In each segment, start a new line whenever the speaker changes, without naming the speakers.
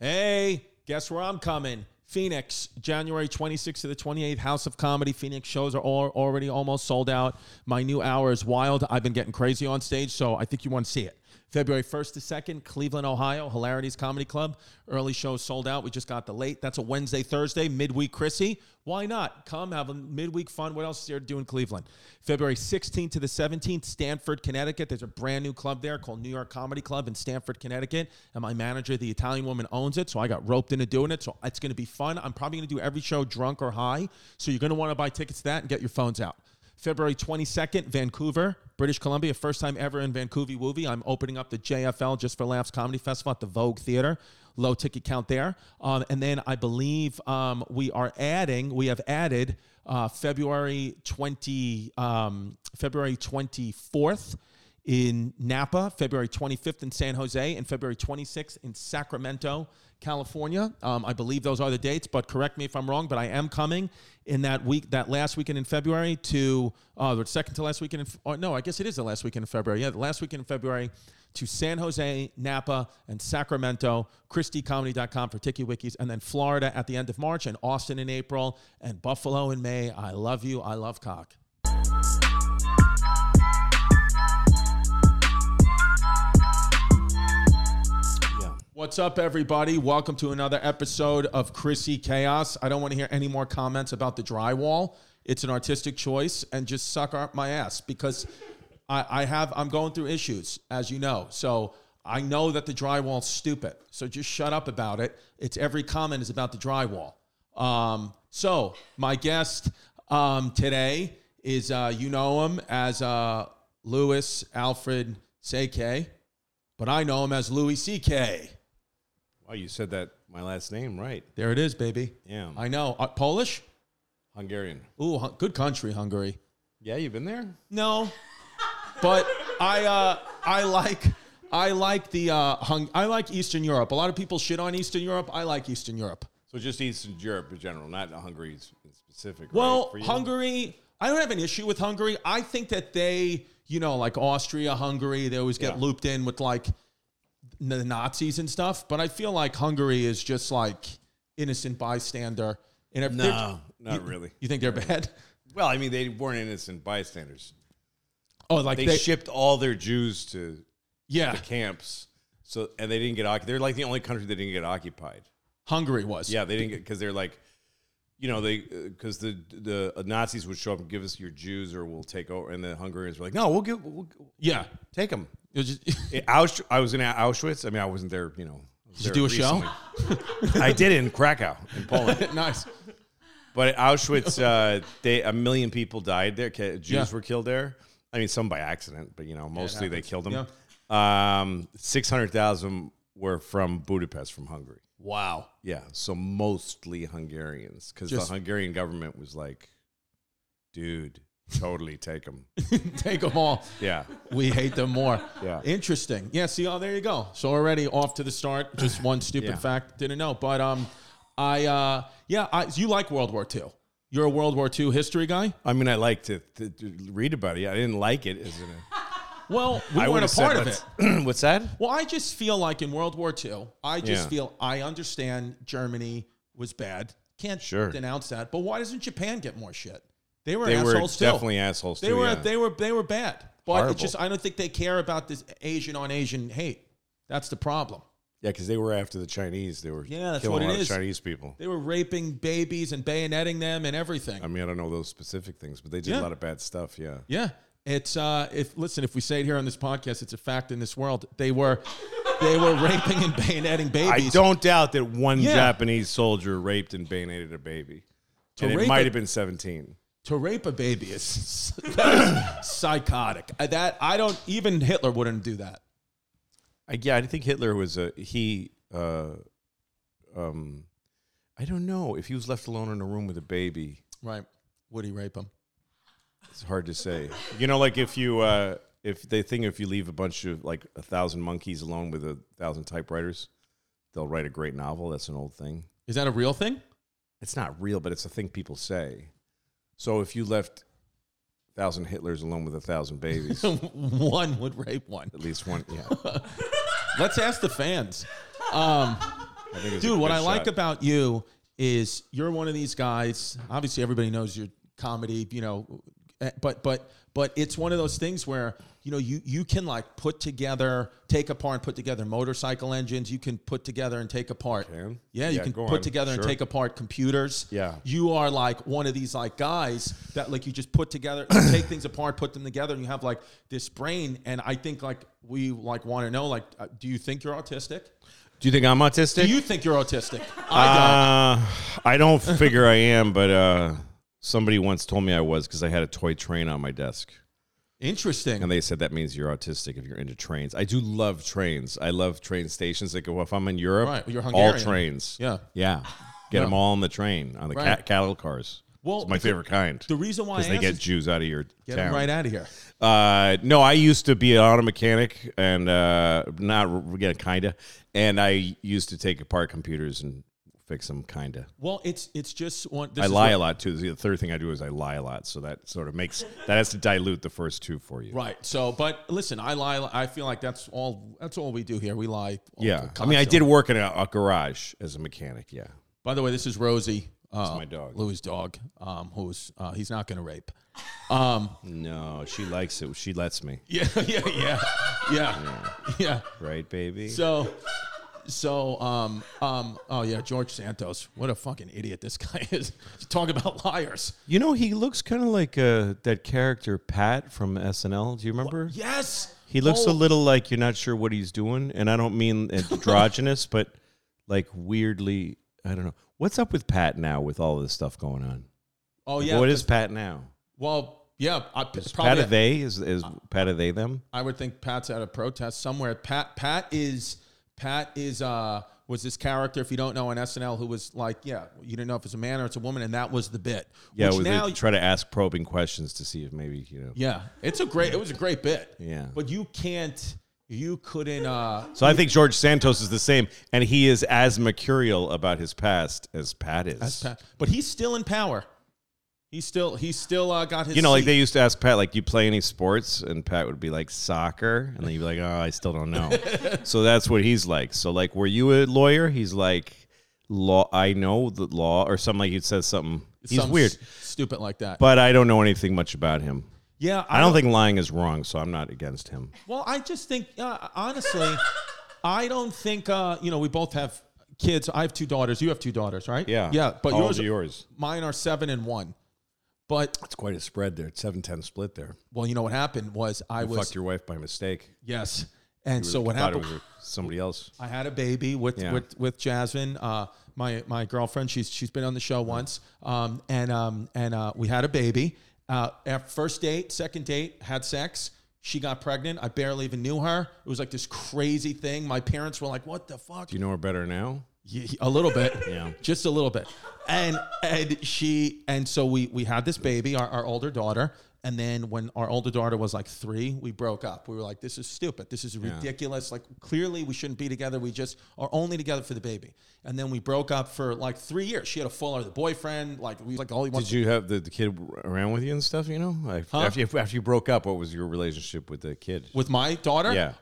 Hey, guess where I'm coming? Phoenix, January 26th to the 28th, House of Comedy. Phoenix shows are all, already almost sold out. My new hour is wild. I've been getting crazy on stage, so I think you want to see it. February 1st to 2nd, Cleveland, Ohio, Hilarities Comedy Club. Early shows sold out. We just got the late. That's a Wednesday, Thursday, midweek Chrissy. Why not? Come have a midweek fun. What else is there to do in Cleveland? February 16th to the 17th, Stanford, Connecticut. There's a brand new club there called New York Comedy Club in Stanford, Connecticut. And my manager, the Italian woman, owns it. So I got roped into doing it. So it's going to be fun. I'm probably going to do every show drunk or high. So you're going to want to buy tickets to that and get your phones out. February 22nd, Vancouver, British Columbia. First time ever in Vancouver Woovie. I'm opening up the JFL Just for Laughs Comedy Festival at the Vogue Theater. Low ticket count there. Um, and then I believe um, we are adding, we have added uh, February 20, um, February 24th in Napa, February 25th in San Jose, and February 26th in Sacramento, California. Um, I believe those are the dates, but correct me if I'm wrong. But I am coming in that week, that last weekend in February to uh, the second to last weekend. In, or no, I guess it is the last weekend in February. Yeah, the last weekend in February to San Jose, Napa, and Sacramento. ChristyComedy.com for Tiki Wikis, and then Florida at the end of March, and Austin in April, and Buffalo in May. I love you. I love cock. What's up, everybody? Welcome to another episode of Chrissy Chaos. I don't want to hear any more comments about the drywall. It's an artistic choice, and just suck up my ass because I, I have I'm going through issues, as you know. So I know that the drywall's stupid. So just shut up about it. It's every comment is about the drywall. Um, so my guest um, today is uh, you know him as uh, Louis Alfred Seke, but I know him as Louis C.K.
Wow, you said that my last name right.
There it is, baby.
Yeah.
I know. Uh, Polish?
Hungarian.
Ooh, hun- good country, Hungary.
Yeah, you've been there?
No, but I uh, I like I like the uh, hung- I like Eastern Europe. A lot of people shit on Eastern Europe. I like Eastern Europe.
So just Eastern Europe in general, not Hungary s- in specific.
Well,
right, for you?
Hungary. I don't have an issue with Hungary. I think that they, you know, like Austria, Hungary, they always get
Yeah.
looped in with like the Nazis and stuff. But I feel like Hungary is just like innocent bystander. And if they're-
No, not really.
you think they're bad?
Well, I mean, they weren't innocent bystanders.
Oh, like
They,
they
shipped all their Jews to
yeah.
camps, so and they didn't get occupied. They're like the only country that didn't get occupied.
Hungary was.
Yeah, they didn't get because they're like, you know, they because the the Nazis would show up and give us your Jews or we'll take over, and the Hungarians were like, no, we'll give, we'll, we'll
Yeah.
take them.
It was just-
In Ausch- I was in Auschwitz. I mean, I wasn't there, you know. I was
Did you
there
do a show?
recently. I did in Krakow, in Poland.
nice.
But at Auschwitz, uh, they, a million people died there. Ca- Jews
Yeah.
were killed there. I mean, some by accident, but, you know, mostly they killed them. Um, 600,000 were from Budapest, from Hungary.
Wow.
Yeah, so mostly Hungarians because the
Just-
Hungarian government was like, dude, totally take them.
Take them all.
Yeah.
We hate them more.
Yeah.
Interesting. Yeah. See, oh, there you go. So already off to the start. Just one stupid
Yeah.
fact. Didn't know. But um, I uh, yeah, I, you like World War II. You're a World War II history guy.
I mean, I like to, to, to read about it. I didn't like it as an.
Well, we
I
weren't
would've
a
said
part of it.
let's- What's that?
Well, I just feel like in World War II, I just
Yeah.
feel I understand Germany was bad. Can't
Sure.
denounce that. But why doesn't Japan get more shit? They were
They were
assholes too.
definitely assholes.
They
too,
were
yeah.
they were they were bad. But
Horrible.
it's just I don't think they care about this Asian on Asian hate. That's the problem.
yeah, because they were after the Chinese. They were
Yeah, that's
killing
what
a
it
lot of
is.
Chinese people.
They were raping babies and bayoneting them and everything.
I mean, I don't know those specific things, but they did
Yeah.
a lot of bad stuff. Yeah,
yeah. It's uh if listen, if we say it here on this podcast, it's a fact in this world. They were they were raping and bayoneting
I
babies.
don't doubt that one
Yeah.
Japanese soldier raped and bayoneted a baby, and
rape
it
a-
might have been seventeen.
to rape a baby is that is psychotic. Uh, That I don't even Hitler wouldn't do that.
I, yeah, I think Hitler was a he. Uh, um, I don't know if he was left alone in a room with a baby.
Right. Would he rape him?
It's hard to say. You know, like if you uh, if they think if you leave a bunch of like a thousand monkeys alone with a thousand typewriters, they'll write a great novel. That's an old thing.
Is that a real thing?
It's not real, but it's a thing people say. So if you left a thousand Hitlers alone with a thousand babies, at
one would rape one.
least one, yeah,
Let's ask the fans. Um,
I think it's a
Dude, what
good
I like
shot.
about you is you're one of these guys. Obviously, everybody knows your comedy, you know, eh, but but but it's one of those things where you know you you can like put together, take apart, and put together motorcycle engines. You can put together and take apart.
Can?
Yeah, you
Yeah,
can
go
put
on.
together and
Sure.
take apart computers.
Yeah.
you are like one of these like guys that like you just put together, you take things apart, put them together, and you have like this brain. And I think like we like want to know like, uh, do you think you're autistic?
Do you think I'm autistic?
Do you think you're autistic? I
Uh, I don't figure I am, but uh, somebody once told me I was because I had a toy train on my desk.
don't. Interesting.
And they said that means you're autistic if you're into trains. I do love trains. I love train stations. Like well, if I'm in Europe,
Right, you're
all
Hungarian.
trains.
Yeah.
yeah. Get
Yeah.
them all on the train on the
Right.
ca- cattle cars.
Well,
it's my
the-
favorite kind.
the reason why I
because they
asked
get
is-
Jews out of your
Get
town.
him right out of here.
Uh, no, I used to be an auto mechanic and uh, not yeah, kinda. And I used to take apart computers and fix them, kinda.
Well, it's it's just one. This
I
is
lie
what-
a lot too. The third thing I do is I lie a lot, so that sort of makes that has to dilute the first two for you.
Right. So, but listen, I lie. I feel like that's all. That's all we do here. We lie. all-
Yeah, I mean, I
constantly.
did work in a, a garage as a mechanic. Yeah,
By the way, this is Rosie. Uh,
my dog.
Louis' dog. Um, who's uh, he's not going to rape. Um,
no, she likes it. She lets me,
yeah, yeah, yeah, yeah, yeah.
right, baby?
So, so, um, um, oh yeah, George Santos. What a fucking idiot this guy is. Talk about liars.
you know, he looks kind of like uh, that character Pat from SNL. Do you remember?
Yes.
He looks
Oh,
a little like you're not sure what he's doing, and I don't mean androgynous, but like weirdly, I don't know. What's up with Pat now with all this stuff going on?
Oh yeah.
what is Pat now?
Well, yeah. I,
Is Pat
probably
a Uh, they? Is is Pat a they them?
I would think Pat's at a protest somewhere. Pat Pat is Pat is uh was this character if you don't know on SNL who was like yeah you didn't know if it's a man or it's a woman and that was the bit.
Yeah,
Which
we
now
they try to ask probing questions to see if maybe you know.
yeah it's a great it was a great bit.
Yeah.
But you can't you couldn't uh
So I think George Santos is the same, and he is as mercurial about his past as Pat is.
Pat, but he's still in power. He's still he's still uh, got his
You know, like
seat.
they used to ask Pat, like, "You play any sports?" And Pat would be like, "Soccer," and then you'd be like, "Oh, I still don't know." so that's what he's like. So, like, were you a lawyer? He's like, "Law, I know the law," or something. Like he says something. He's
Some
weird,
s- stupid like that.
but I don't know anything much about him.
yeah,
I don't think lying is wrong, so I'm not against him.
Well, I just think, uh, honestly, I don't think, uh, you know, we both have kids. I have two daughters. You have two daughters, right?
Yeah,
Yeah. But
How
yours,
old are yours.
mine are seven and one. But,
It's quite a spread there. It's 7-10 split there.
well, you know what happened was I
You
was,
fucked your wife by mistake.
yes. And so what
Thought it
happened,
was somebody else.
I had a baby with,
Yeah.
with, with Jasmine, uh, my, my girlfriend. She's, she's been on the show once. Um, and, um, and, uh, we had a baby, uh, our first date, second date, had sex. She got pregnant. I barely even knew her. It was like this crazy thing. My parents were like, "What the fuck?"
Do you know her better now?
Y- a little bit
Yeah.
just a little bit and and she and so we we had this baby our, our older daughter and then when our older daughter was like three we broke up we were like this is stupid this is ridiculous like clearly we shouldn't be together we just are only together for the baby and then we broke up for like three years she had a full other boyfriend like we like all he wants
Did you have the, the kid around with you and stuff? You know, Like, after you, after you broke up, what was your relationship with the kid?
with my daughter
Yeah.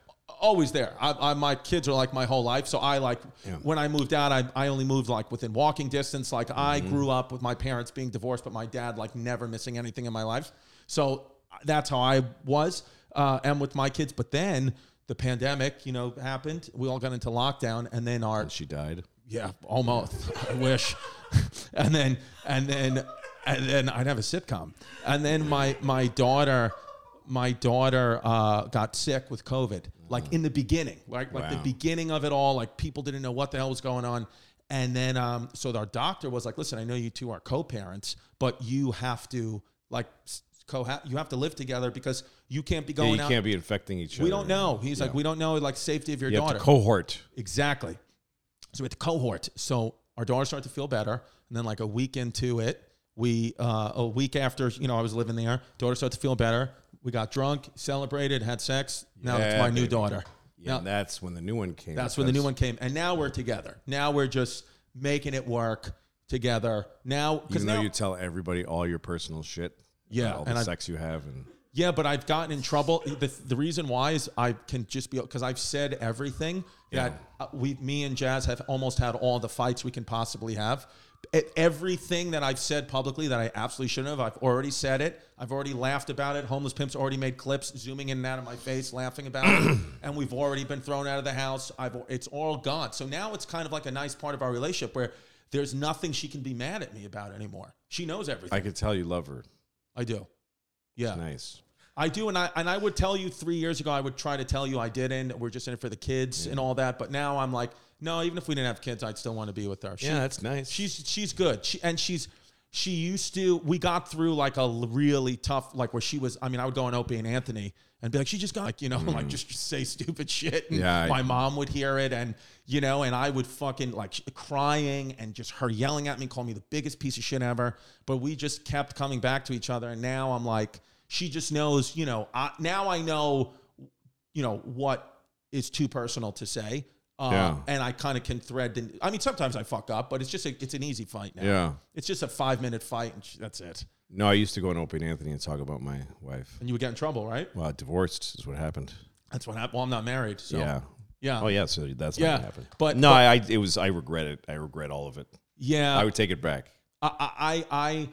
always there I, I my kids are like my whole life so i like when i moved out I, I only moved like within walking distance like i grew up with my parents being divorced but my dad like never missing anything in my life so uh, that's how i was uh, and with my kids but then the pandemic you know happened we all got into lockdown and then our
She died.
yeah, almost. I wish. and then and then and then I'd have a sitcom. And then my my daughter my daughter uh, got sick with COVID, like in the beginning, like like the
Wow.
beginning of it all. Like people didn't know what the hell was going on. And then um, so our doctor was like, "Listen, I know you two are co-parents, but you have to like s- co you have to live together because you can't be
Yeah,
going
you
out.
can't be infecting each other.
Oh, we don't know." He's like,
Yeah.
"We don't know like safety of your
You have
daughter."
to cohort.
Exactly. So we had the cohort. So our daughter started to feel better, and then like a week into it, we uh, a week after you know I was living there, daughter started to feel better. We got drunk, celebrated, had sex. Now it's
Yeah,
my new
baby.
daughter.
Yeah,
Now-
and that's when the new one came.
that's when the new one came, and now we're together. Now we're just making it work together. Now, because
Even though
now
you tell everybody all your personal shit.
Yeah,
all
and
the
I-
sex you have, and
Yeah, but I've gotten in trouble. The, the reason why is I can just be because I've said everything that uh, we, me and Jazz have almost had all the fights we can possibly have. E- Everything that I've said publicly that I absolutely shouldn't have, I've already said it. I've already laughed about it. Homeless pimps already made clips zooming in and out of my face, laughing about it, and we've already been thrown out of the house. I've it's all gone. So now it's kind of like a nice part of our relationship where there's nothing she can be mad at me about anymore. She knows everything.
I could tell you love her.
I, do. Yeah.
Nice.
I do, and I and I would tell you three years ago, I would try to tell you I didn't. We're just in it for the kids and all that. But now I'm like, no, even if we didn't have kids, I'd still want to be with her. She,
Yeah, that's nice.
she's she's good. She and she's she used to. We got through like a l- really tough, like where she was. I mean, I would go on Opie and Anthony and be like, she just got like you know, like just say stupid shit. And
Mm. Yeah, I-
my mom would hear it, and you know, and I would fucking like sh- crying and just her yelling at me, calling me the biggest piece of shit ever. But we just kept coming back to each other, and now I'm like, she just knows, you know. I, now I know, you know, what is too personal to say. Uh,
Yeah.
and I kind of can thread. And, I mean, sometimes I fuck up, but it's just a, it's an easy fight now.
yeah.
It's just a five minute fight, and sh- that's it.
No, I used to go on Opie and Anthony and talk about my wife.
And you would get in trouble, right?
Well, divorced is what happened.
That's what happened. Well, I'm not married, so
Yeah.
yeah,
Oh yeah. So that's
Yeah,
not what happened.
but-
no, I, I it was I regret it. I regret all of it.
yeah.
I would take it back.
I, I, I,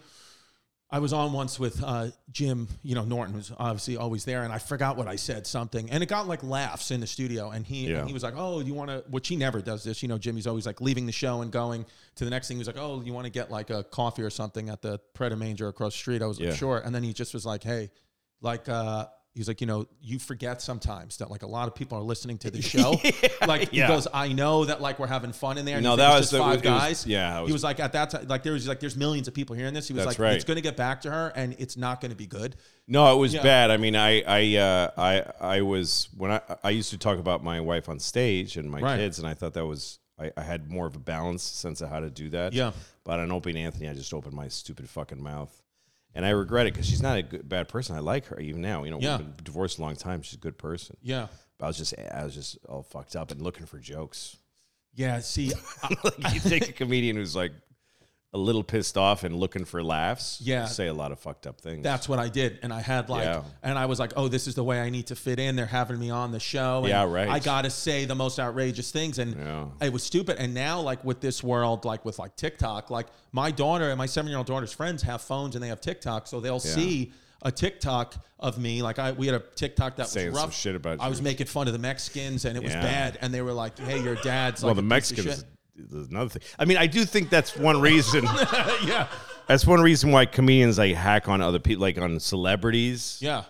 I was on once with uh, Jim, you know Norton, who's obviously always there, and I forgot what I said something, and it got like laughs in the studio, and he
Yeah.
and he was like, "Oh, you want to?" Which he never does this, you know. Jimmy's always like leaving the show and going to the next thing. He was like, "Oh, you want to get like a coffee or something at the Preda Manger across the street?" I was like,
Yeah.
"Sure," and then he just was like, "Hey, like." uh He's like, you know, you forget sometimes that like a lot of people are listening to the show. Like he
Yeah.
goes, I know that like we're having fun in there. And
No,
he
that
thinks
was
just
the-
five
it was-
guys.
yeah, it
he
was-
was like at that time, like there was like there's millions of people hearing this. He was
That's
like,
right.
it's going to get back to her, and it's not going to be good.
No, it was
Yeah.
bad. I mean, I I uh, I I was when I I used to talk about my wife on stage and my
Right.
kids, and I thought that was I, I had more of a balanced sense of how to do that.
Yeah.
But on Opie and Anthony, I just opened my stupid fucking mouth, and I regret it because she's not a good, bad person. I like her even now. You know,
Yeah.
we've been divorced a long time. She's a good person.
Yeah,
But I was just I was just all fucked up and looking for jokes.
yeah. See, I,
like you take a comedian who's like a little pissed off and looking for laughs.
Yeah.
Say a lot of fucked up things.
that's what I did, and I had like,
Yeah.
and I was like, oh, this is the way I need to fit in. They're having me on the show. and
Yeah, right.
I got to say the most outrageous things, and
Yeah.
it was stupid. And now, like with this world, like with like TikTok, like my daughter and my seven year old daughter's friends have phones and they have TikTok, so they'll see. A TikTok of me, like I, we had a TikTok that
Saying
was
some
rough.
shit about
I
you.
was making fun of the Mexicans, and it was
Yeah.
bad. And they were like, "Hey, your dad's
well,
like
the
a piece of
Mexicans
shit."
is another thing. I mean, I do think that's one reason.
yeah,
that's one reason why comedians like hack on other people, like on celebrities,
yeah,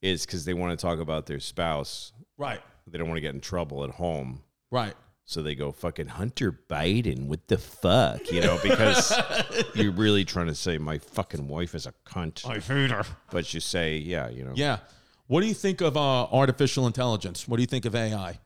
is because they want to talk about their spouse.
right,
They don't want to get in trouble at home.
right.
So they go fucking Hunter Biden. What the fuck, you know? Because you're really trying to say my fucking wife is a cunt,
I hate her.
but you say yeah, you know.
Yeah. What do you think of uh, artificial intelligence? What do you think of AI?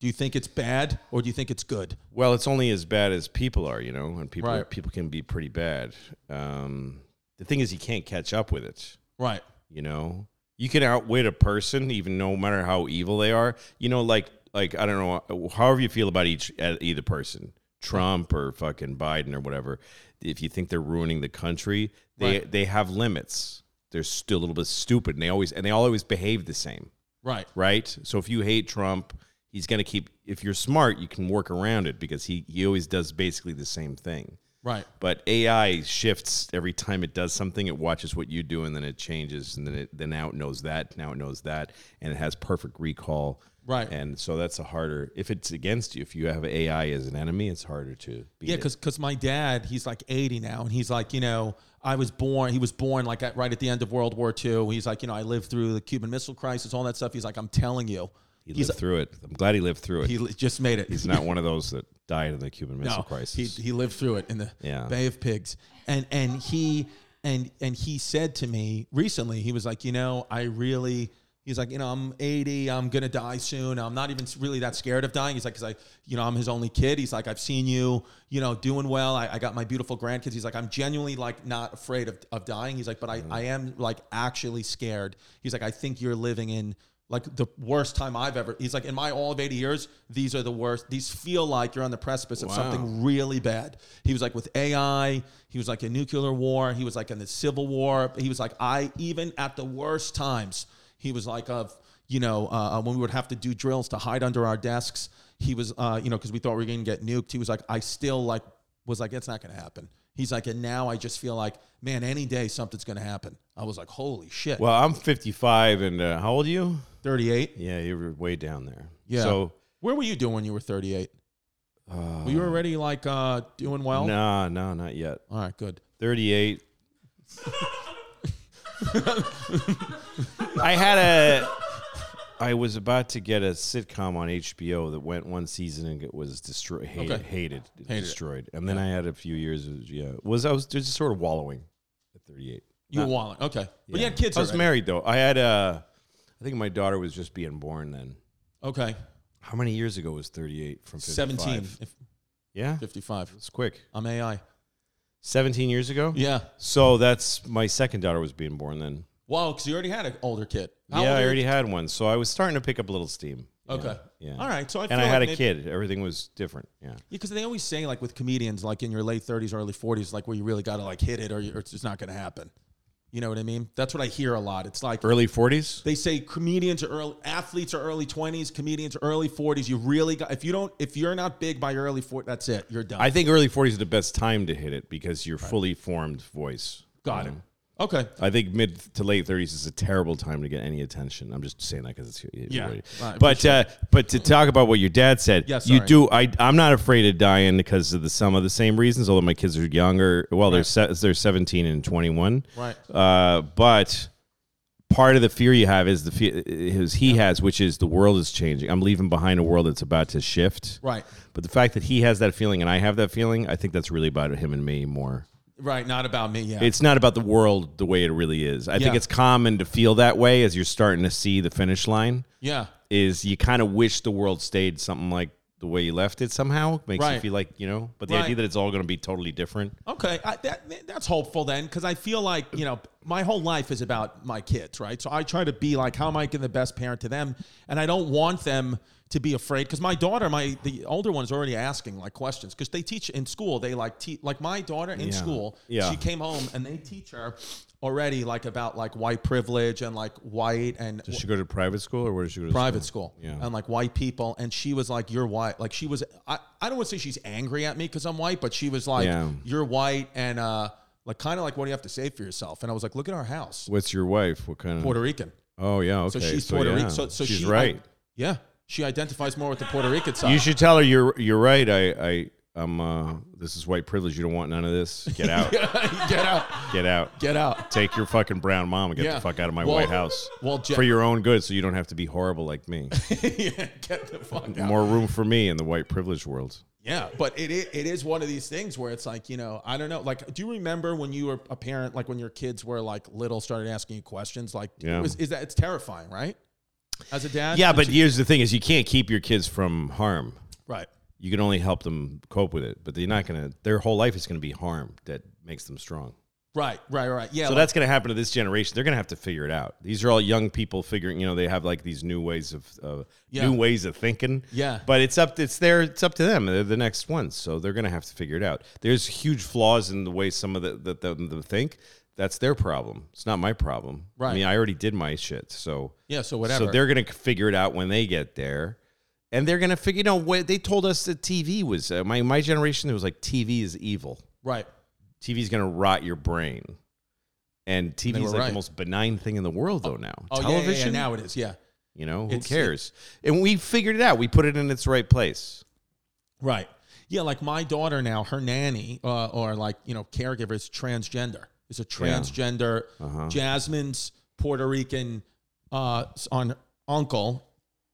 Do you think it's bad or do you think it's good?
Well, it's only as bad as people are, you know, and people
Right.
people can be pretty bad. Um, the thing is, you can't catch up with it.
Right.
you know you can outwit a person even no matter how evil they are you know like like i don't know however you feel about each uh, either person trump or fucking biden or whatever if you think they're ruining the country they
Right.
they have limits they're still a little bit stupid and they always and they always behave the same
Right.
right so if you hate trump he's going to keep if you're smart you can work around it because he he always does basically the same thing
Right.
but AI shifts every time it does something. It watches what you do, and then it changes, and then it then now it knows that, now it knows that, and it has perfect recall.
Right.
And so that's a harder if it's against you. If you have AI as an enemy, it's harder to beat.
Yeah,
it.
because my dad, he's like 80 now, and he's like, you know, I was born, he was born like at, right at the end of World War II. He's like, you know, I lived through the Cuban Missile Crisis, all that stuff. He's like, I'm telling you,
he lived through it. I'm glad he lived through it.
he li- just made it.
He's not one of those that died in the Cuban Missile
No,
Crisis.
He, he lived through it in the
Yeah.
Bay of Pigs, and and he and and he said to me recently, he was like, you know, I really. He's like, you know, I'm 80. I'm gonna die soon. I'm not even really that scared of dying. He's like, because I, you know, I'm his only kid. He's like, I've seen you, you know, doing well. I, I got my beautiful grandkids. He's like, I'm genuinely like not
Mm.
afraid of, of dying. He's like, but I, I am like actually scared. He's like, I think you're living in like the worst time I've ever. He's like, in my all of 80 years, these are the worst. These feel like you're on the precipice of something really bad. He was like with AI. He was like in nuclear war. He was like in the Civil War. He was like, I even at the worst times, he was like of you know uh, when we would have to do drills to hide under our desks. He was uh, you know because we thought we were going to get nuked. He was like, I still like was like, it's not going to happen. He's like, and now I just feel like, man, any day something's going to happen. I was like, holy shit.
Well, I'm 55, and uh, how old are you?
38.
Yeah, you were way down there.
Yeah.
So
Where were you doing when you were 38? were you already like uh, doing well?
nah, no, not yet.
All right, good.
38. I had a. I was about to get a sitcom on HBO that went one season and it was destroyed, hated,
Okay.
hated,
it.
destroyed, and then I had a few years. Of, yeah, was I was just sort of wallowing at 38.
You
Not-
were walling. Okay. But you had kids
I was
already.
married though. I had uh, I think my daughter was just being born then.
okay.
How many years ago was 38 from 55?
17, if-
Yeah,
55.
it's quick.
I'm AI.
17 years ago.
Yeah.
So that's my second daughter was being born then.
Wow, because you already had an older kid. How old
yeah, I
are you-
already had one, so I was starting to pick up a little steam. Yeah,
Okay.
Yeah.
All right. So I feel
And I
like
had a
maybe-
kid. Everything was different. Yeah.
because they always say like with comedians, like in your late 30s, early 40s, like where you really got to like hit it or, you, or it's just not going to happen. You know what I mean? That's what I hear a lot. It's like
Early 40s.
they say comedians are early, athletes are early 20s, comedians are early 40s. You really got if you don't if you're not big by your early 40s, that's it. You're done.
I think early 40s is the best time to hit it because your fully formed voice.
got
you
it.
know?
Okay.
I think mid to late 30s is a terrible time to get any attention. I'm just saying that because it's
Yeah. Right,
but uh, but to talk about what your dad said,
Yeah,
you
sorry.
do. I I'm not afraid of dying because of the some of the same reasons. Although my kids are younger. Well, they're se- they're 17 and 21.
Right.
Uh, but part of the fear you have is the fear is he has, which is the world is changing. I'm leaving behind a world that's about to shift.
Right.
But the fact that he has that feeling and I have that feeling, I think that's really about him and me more.
Right. Not about me. Yeah.
It's not about the world the way it really is. I think
Yeah.
it's common to feel that way as you're starting to see the finish line.
yeah.
Is you kind of wish the world stayed something like the way you left it somehow makes you
Right.
feel like you know. But the
Right.
idea that it's all going to be totally different.
Okay, I, that that's hopeful then, because I feel like you know my whole life is about my kids, right? So I try to be like, how am I getting the best parent to them? And I don't want them to be afraid, because my daughter, my the older one's already asking like questions, because they teach in school. They like teach like my daughter in
Yeah.
school.
Yeah.
she came home and they teach her already like about like white privilege and like white and
Does she go to private school or where does she go to
private school
Yeah.
and like white people and she was like you're white like she was i, I don't want to say she's angry at me because i'm white but she was like
Yeah.
you're white and uh like kind of like what do you have to say for yourself and i was like look at our house
What's your wife? What kind of?
puerto rican
oh yeah,
so
okay.
she's puerto
yeah.
rican so, so
she's
she,
right.
I- yeah she identifies more with the puerto rican side
you should tell her you're you're right. I I I'm uh this is white privilege. You don't want none of this. Get out.
get out
Get out.
get out
Take your fucking brown mom and get
Yeah.
the fuck out of my
Well-
White House.
well Je-
for your own good, so you don't have to be horrible like me.
yeah, get the fuck out
More room for me in the white privilege world.
Yeah, but it is, it is one of these things where it's like, you know, I don't know. Like, do you remember when you were a parent, like when your kids were like little, started asking you questions? Like,
Yeah.
was, is that, it's terrifying, right? As a dad?
Yeah, but here's the thing: is you can't keep your kids from harm.
Right.
You can only help them cope with it, but they're not gonna. Their whole life is gonna be harm that makes them strong.
Right, right, right. Yeah.
So
like-
that's gonna happen to this generation. They're gonna have to figure it out. These are all young people figuring. You know, they have like these new ways of uh,
Yeah.
new ways of thinking.
Yeah.
But it's up. It's their. It's up to them. They're the next ones, so they're gonna have to figure it out. There's huge flaws in the way some of the, the, the, them think. That's their problem. It's not my problem.
Right.
I mean, I already did my shit. So
yeah, so whatever.
so they're going to figure it out when they get there. And they're going to figure, you know, what they told us that TV was, uh, my, my generation, it was like TV is evil.
right.
TV is going to rot your brain. And TV
were
is like
right.
the most benign thing in the world, though, now.
Oh, yeah, yeah, yeah.
Television,
Now it is. Yeah.
you know, who
It's-
cares? and we figured it out. We put it in its right place.
Right. Yeah, like my daughter now, her nanny uh, or like, you know, caregiver is transgender. Is a transgender.
Uh-huh.
Jasmine's Puerto Rican uh, s- on uncle,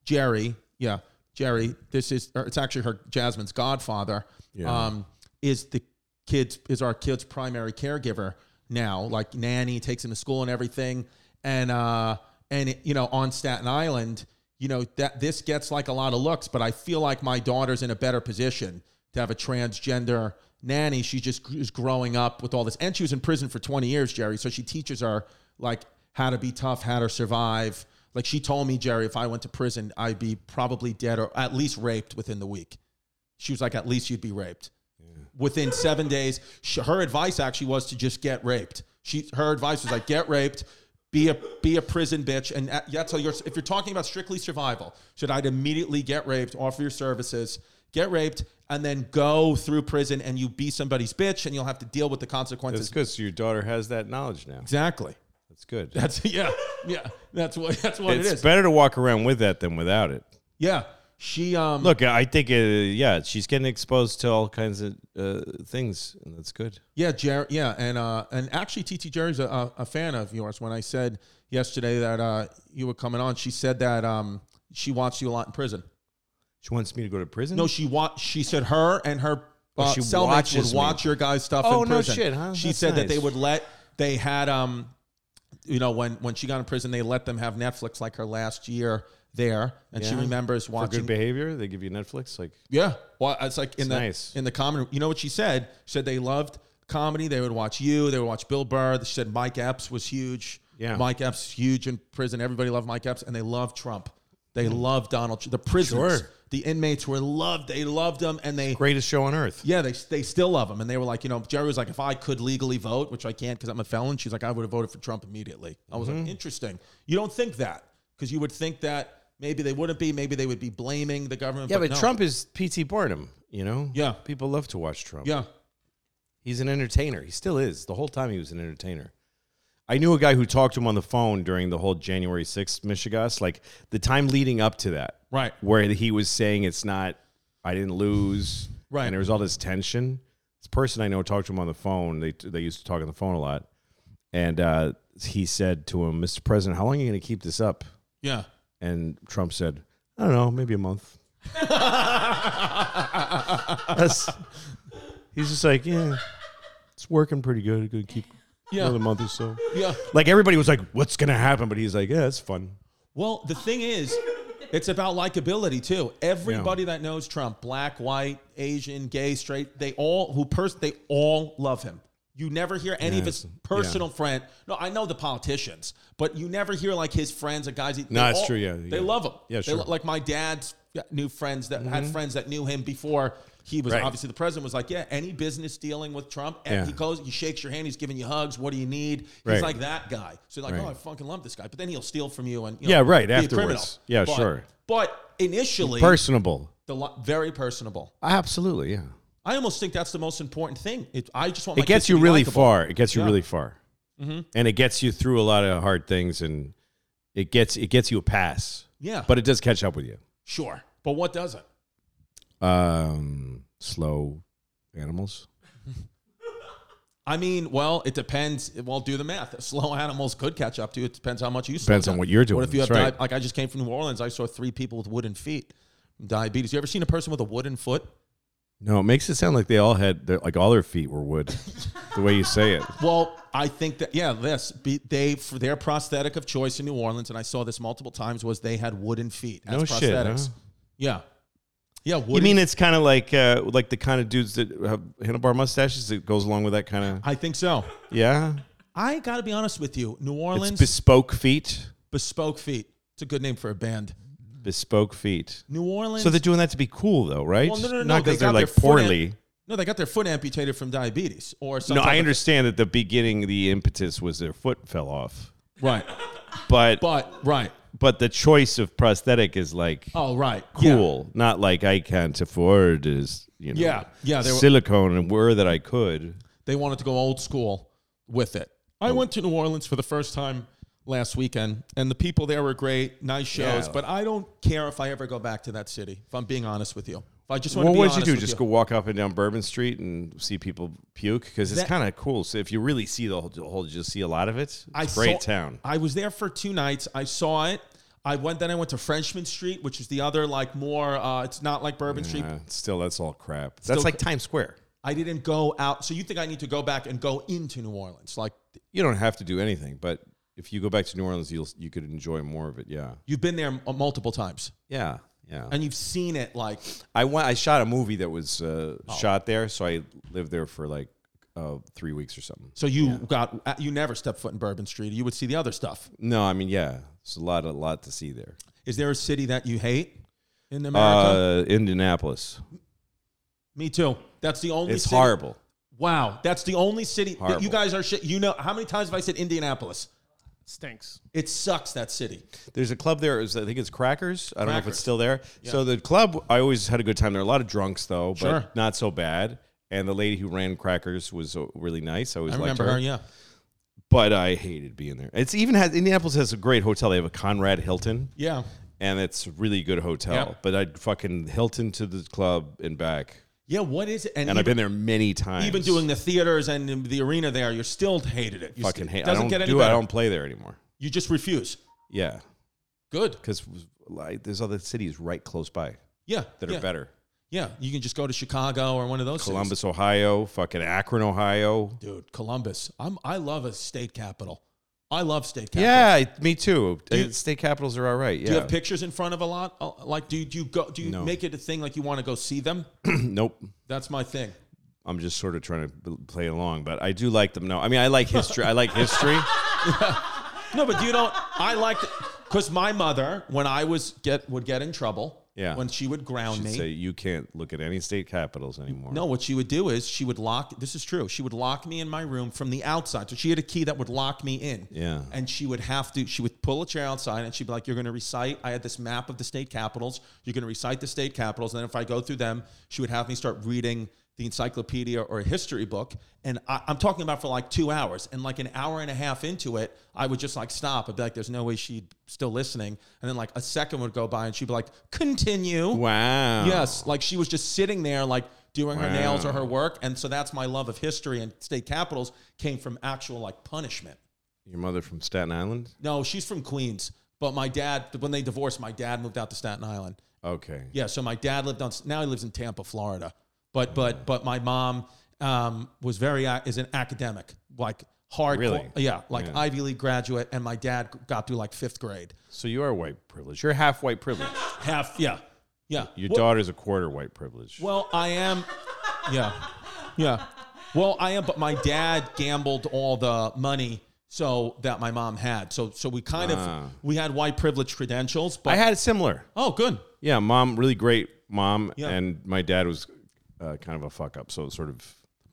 Jerry. Yeah, Jerry. This is, or it's actually her, Jasmine's godfather.
Yeah.
Um, is the kids, is our kid's primary caregiver now, like nanny, takes him to school and everything. And, uh, and it, you know, on Staten Island, you know that this gets like a lot of looks but i feel like my daughter's in a better position to have a transgender nanny she just gr- is growing up with all this and she was in prison for 20 years jerry so she teaches her like how to be tough how to survive Like she told me, Jerry, if I went to prison, I'd be probably dead or at least raped within the week. She was like, at least you'd be raped within seven days. sh her advice actually was to just get raped. She her advice was like get raped, be a be a prison bitch, and uh, at- that's how you're. If you're talking about strictly survival, should I'd immediately get raped, offer your services, get raped, and then go through prison, and you be somebody's bitch, and you'll have to deal with the consequences.
That's good. So your daughter has that knowledge now.
Exactly.
That's good.
That's yeah, yeah. That's what that's what it
it's
is.
better to walk around with that than without it.
yeah, she um.
Look, I think, uh, yeah, she's getting exposed to all kinds of uh, things, and that's good.
Yeah, Jer- yeah, and uh, and actually, TT Jerry's a- a, a fan of yours. When I said yesterday that uh, you were coming on, she said that um, she watched you a lot in prison.
She wants me to go to prison.
No, she wa- She said her and her uh,
Oh, she
cellmates
watches
would
me.
watch your guys' stuff.
Oh,
in
no
prison.
shit, huh?
She
That's
said that they
nice.
would let they had um, you know, when when she got in prison, they let them have Netflix like her last year there, and she
Yeah.
remembers
for
watching
good behavior, they give you Netflix. Like,
Yeah, well, it's like in
It's
the
nice.
in the common. You know what she said? She said they loved comedy. They would watch you. They would watch Bill Burr. She said Mike Epps was huge.
Yeah.
Mike Epps is huge in prison. Everybody loved Mike Epps, and they loved Trump. They loved Donald. Tr- The prisoners,
Mm. Sure.
the inmates were loved. They loved him, and they
greatest show on earth.
yeah, they they still love him. And they were like, you know, Jerry was like, if I could legally vote, which I can't because I'm a felon. She's like, I would have voted for Trump immediately. I was
Mm-hmm.
like, interesting. You don't think that because you would think that. Maybe they wouldn't be. Maybe they would be blaming the government.
Yeah, but,
no.
Trump is P.T. Barnum, you know?
Yeah.
People love to watch Trump.
Yeah,
He's an entertainer. He still is. The whole time he was an entertainer. I knew a guy who talked to him on the phone during the whole January 6th Michigas, like the time leading up to that,
right.
where he was saying it's not, I didn't lose.
Right.
And there was all this tension. This person I know talked to him on the phone. They, they used to talk on the phone a lot. And uh, he said to him, Mr. President, how long are you going to keep this up?
Yeah.
And Trump said, I don't know, maybe a month. That's, he's just like, yeah, it's working pretty good. Good keep
Yeah.
another month or so.
Yeah.
Like everybody was like, what's gonna happen? But he's like, yeah, it's fun.
Well, the thing is, it's about likability too. Everybody that knows Trump, black, white, Asian, gay, straight, they all who pers- they all love him. You never hear any of his
Yes.
personal friend. No, I know the politicians, but you never hear like his friends or guys. they
No, it's
all-
true, yeah,
they
yeah.
love him.
Yeah,
They
sure. Mm-hmm.
lo- like my dad's new friends that had friends that knew him before he was
Right.
obviously the president. Was like, yeah, any business dealing with Trump, and
Yeah.
he goes, he shakes your hand, he's giving you hugs. What do you need? He's
Right.
like that guy. So you're like,
Right.
oh, I fucking love this guy. But then he'll steal from you and you
Yeah, right,
be a
afterwards.
criminal.
Yeah,
But-
sure.
But initially,
Personable.
the lo- very personable.
Absolutely, yeah.
I almost think that's the most important thing. It, I just want my
It gets
kids
you
to be
really
likable. Mm-hmm.
far. It gets you really far. And it gets you through a lot of hard things and it gets it gets you a pass.
Yeah, but
But it does catch up with you.
sure. But what doesn't?
Um slow animals.
I mean, well, it depends. Well, do the math. Slow animals could catch up to you. It depends how much you. slow
Depends on
down.
what you're doing.
What if you have
That's right.
di- like I just came from New Orleans. I saw three people with wooden feet, diabetes. You ever seen a person with a wooden foot?
No, it makes it sound like they all had their, like all their feet were wood. the way you say it.
Well, I think that yeah, this be, they for their prosthetic of choice in New Orleans, and I saw this multiple times was they had wooden feet as
No
prosthetics.
shit, huh?
Yeah, yeah. Wooden
You mean it's kind of like uh, like the kind of dudes that have handlebar mustaches that goes along with that kind of
I think so.
yeah.
I got to be honest with you. New
It's
Orleans
bespoke feet,
bespoke feet. It's a good name for a band.
bespoke feet.
New Orleans.
So they're doing that to be cool, though, right?
Well, no, no, no,
Not
no, they
because they
got
are
their
like
foot
poorly.
amp- no, they got their foot amputated from diabetes or
No,
something.
I understand that the beginning, the impetus was their foot fell off,
Right,
but but,
but right.
the choice of prosthetic is like
Oh, right. Yeah.
cool, not like I can't afford is you know
Yeah, yeah, they were-
silicone and were that I could.
They wanted to go old school with it. I went to New Orleans for the first time last weekend, and the people there were great, nice shows.
Yeah.
But I don't care if I ever go back to that city. If I'm being honest with you, if I just want
Well,
to be
what would you
honest
do?
with
Just go walk up and down Bourbon Street and see people puke because it's
That-
kind of cool. So if you really see the whole, the whole you'll see a lot of it. It's
I
a great
saw-
town.
I was there for two nights. I saw it. I went. Then I went to Frenchman Street, which is the other like more. Uh, it's not like Bourbon Street.
Uh, still, that's all crap.
Still
That's like Times Square.
I didn't go out. So you think I need to go back and go into New Orleans? Like
You don't have to do anything, but if you go back to New Orleans, you'll you could enjoy more of it. Yeah,
you've been there m- uh, multiple times
yeah, yeah.
and you've seen it. Like Oh.
I went. I shot a movie that was uh, shot there, so I lived there for like of three weeks or something.
So you got uh, you never stepped foot in Bourbon Street. You would see the other stuff.
No, I mean, yeah, it's a lot, a lot to see there.
Is there a city that you hate in America?
Uh, Indianapolis.
Me too. That's the only.
It's
city-
horrible.
Wow, that's the only city that
Horrible.
you guys are shit. You know how many times have I said Indianapolis?
Stinks.
It sucks that city.
There's a club there. it was- I think it's Crackers. I don't know if
Crackers.
it's still there. So the club, I always had a good time there. A lot of drunks though, but
Sure.
not so bad. And the lady who ran Crackers was uh, really nice. I always
I
liked
remember her. Yeah,
But I hated being there. It's even has Indianapolis has a great hotel. They have a Conrad Hilton,
yeah,
and it's a really good hotel.
Yeah.
But I'd fucking Hilton to the club and back.
yeah. What is it?
And I've been there many times.
even doing the theaters and the arena there, you still hated it. You
fucking
st-
hate. I
Doesn't
don't
get any
do. I
better.
don't play there anymore.
You just refuse.
Yeah,
Good.
because like there's other cities right close by
Yeah,
that
yeah,
are better.
Yeah, you can just go to Chicago or one of those. cities.
Columbus, Ohio, fucking Akron, Ohio.
dude. Columbus. I'm. I love a state capital. I love state capital.
Yeah, I- me too.
you-
Uh, State capitals are all right. Yeah.
Do you have pictures in front of a lot? Uh, Like, do, do you go? Do you
No.
make it a thing? Like, you want to go see them?
nope.
That's my thing.
I'm just sort of trying to b- play along, but I do like them. No, I mean I like history. I like history.
No, but you don't. I like because my mother, when I was get would get in trouble.
Yeah.
When she would ground me.
Say you can't look at any state capitals anymore.
no, what she would do is she would lock. This is true. She would lock me in my room from the outside. So she had a key that would lock me in.
Yeah.
And she would have to. She would pull a chair outside, and she'd be like, "You're going to recite." I had this map of the state capitals. You're going to recite the state capitals, and then if I go through them, she would have me start reading the encyclopedia or a history book. And I, I'm talking about for like two hours, and like an hour and a half into it, I would just like stop. I'd be like, "There's no way she'd still listening." And then like a second would go by, and she'd be like, "Continue."
Wow.
Yes, like she was just sitting there, like doing her
Wow.
nails or her work, and so that's my love of history and state capitals came from actual like punishment.
Your mother from Staten Island?
No, she's from Queens, but my dad, when they divorced, my dad moved out to Staten Island.
Okay.
Yeah, so my dad lived on. Now he lives in Tampa, Florida. But but but my mom um, was very ac- is an academic, like hard.
Really?
Yeah, like
Yeah.
Ivy League graduate, and my dad got through like fifth grade.
So you are white privilege. You're half white privilege.
Half. Yeah. Yeah.
Your
Well-
daughter's a quarter white privilege.
Well, I am. Yeah. Yeah. Well, I am, but my dad gambled all the money so that my mom had. So so we kind
Ah.
of we had white privilege credentials, but
I had similar.
oh good.
Yeah, mom, really great mom,
Yeah.
and my dad was uh, kind of a fuck up. So sort of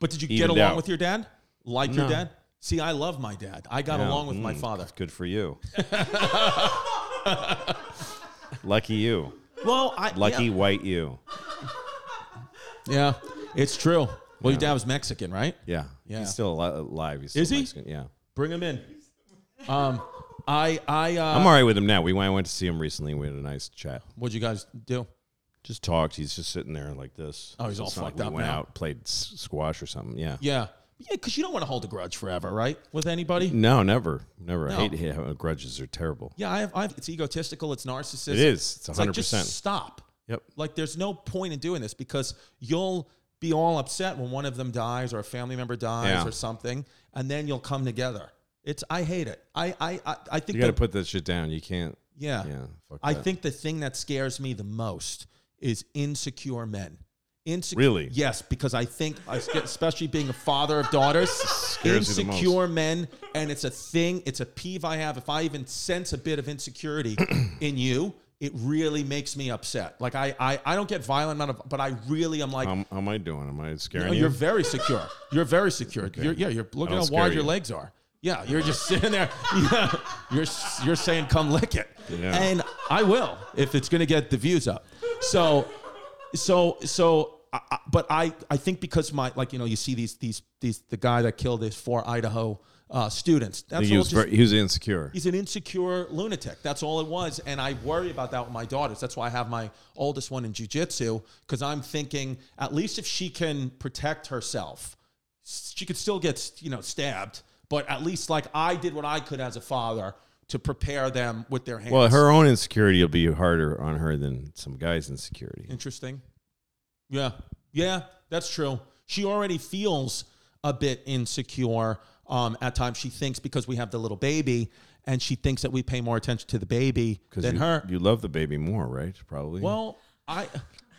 But did you get
Evened
along
out.
with your dad? Like your
No.
dad? See, I love my dad. I got
Yeah,
along with my
mm,
father.
that's Good for you. Lucky you.
Well, I
Lucky
Yeah,
white you.
yeah it's true. Well, your dad was Mexican, right?
Yeah.
Yeah.
He's still ali- alive. He's still
Is he?
Mexican. Yeah.
Bring him in. Um, I I uh,
I'm all right with him now. We went, I went to see him recently. We had a nice chat.
what'd you guys do?
Just talked. He's just sitting there like this.
Oh, he's
So
all
it's not like
fucked up
We went
now.
out, played s- squash or something. Yeah.
Yeah, yeah, because you don't want to hold a grudge forever, right? With anybody.
No, never, never.
No.
I hate, hate how grudges are terrible.
Yeah, I have, I have, it's egotistical. It's narcissistic.
It is. It's
It's
100.
like just
percent
stop.
Yep.
Like there's no point in doing this because you'll be all upset when one of them dies or a family member dies
Yeah.
or something, and then you'll come together. It's I hate it. I I I, I think
You got to
the-
put that shit down. You can't.
yeah.
Yeah. Fuck
I
that.
think the thing that scares me the most is insecure men. Insecure.
Really?
Yes, because I think, I sca- especially being a father of daughters,
Scares me the most.
insecure men, and it's a thing, it's a peeve I have. If I even sense a bit of insecurity in you, it really makes me upset. Like I, I, I don't get violent, not a- but I really am like,
How, how am I doing? Am I scaring
no,
you?
you're very secure. You're very secure. You're, yeah, you're looking
That'll
how wide
scare
your
you.
legs are. Yeah, you're just sitting there. Yeah, you're s- you're saying, "Come lick it,"
Yeah.
and I will if it's going to get the views up. So, so, so, I, I- but I I think because my like you know you see these these these the guy that killed his four Idaho uh, students. That's
he
all
was
just-
very, he was insecure.
He's an insecure lunatic. That's all it was. And I worry about that with my daughters. That's why I have my oldest one in jujitsu because I'm thinking at least if she can protect herself, she could still get you know stabbed. But at least like I did what I could as a father to prepare them with their hands.
Well, her own insecurity will be harder on her than some guy's insecurity.
interesting. Yeah, yeah, that's true. She already feels a bit insecure. Um, at times she thinks because we have the little baby and she thinks that we pay more attention to the baby than
you,
her.
you love the baby more, right? Probably.
Well, I,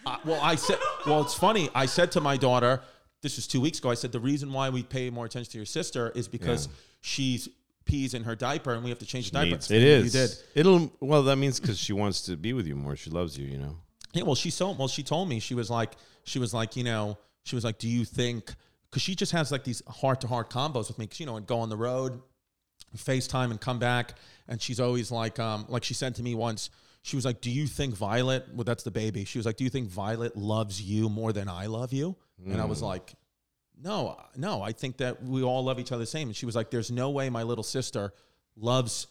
I well, I said, well, it's funny. I said to my daughter, this was two weeks ago. I said the reason why we pay more attention to your sister is because she's pees in her diaper and we have to change the diaper.
Needs. It
You
is.
did.
It'll well. That means because she wants to be with you more. She loves you. You know.
Yeah, well, she so well. She told me she was like, she was like, you know, she was like, do you think? Because she just has like these heart to heart combos with me. Because you know, and go on the road, FaceTime, and come back, and she's always like, um, like she said to me once, she was like, do you think Violet? Well, that's the baby. She was like, do you think Violet loves you more than I love you? And I was like, no, no, I think that we all love each other the same. And she was like, there's no way my little sister loves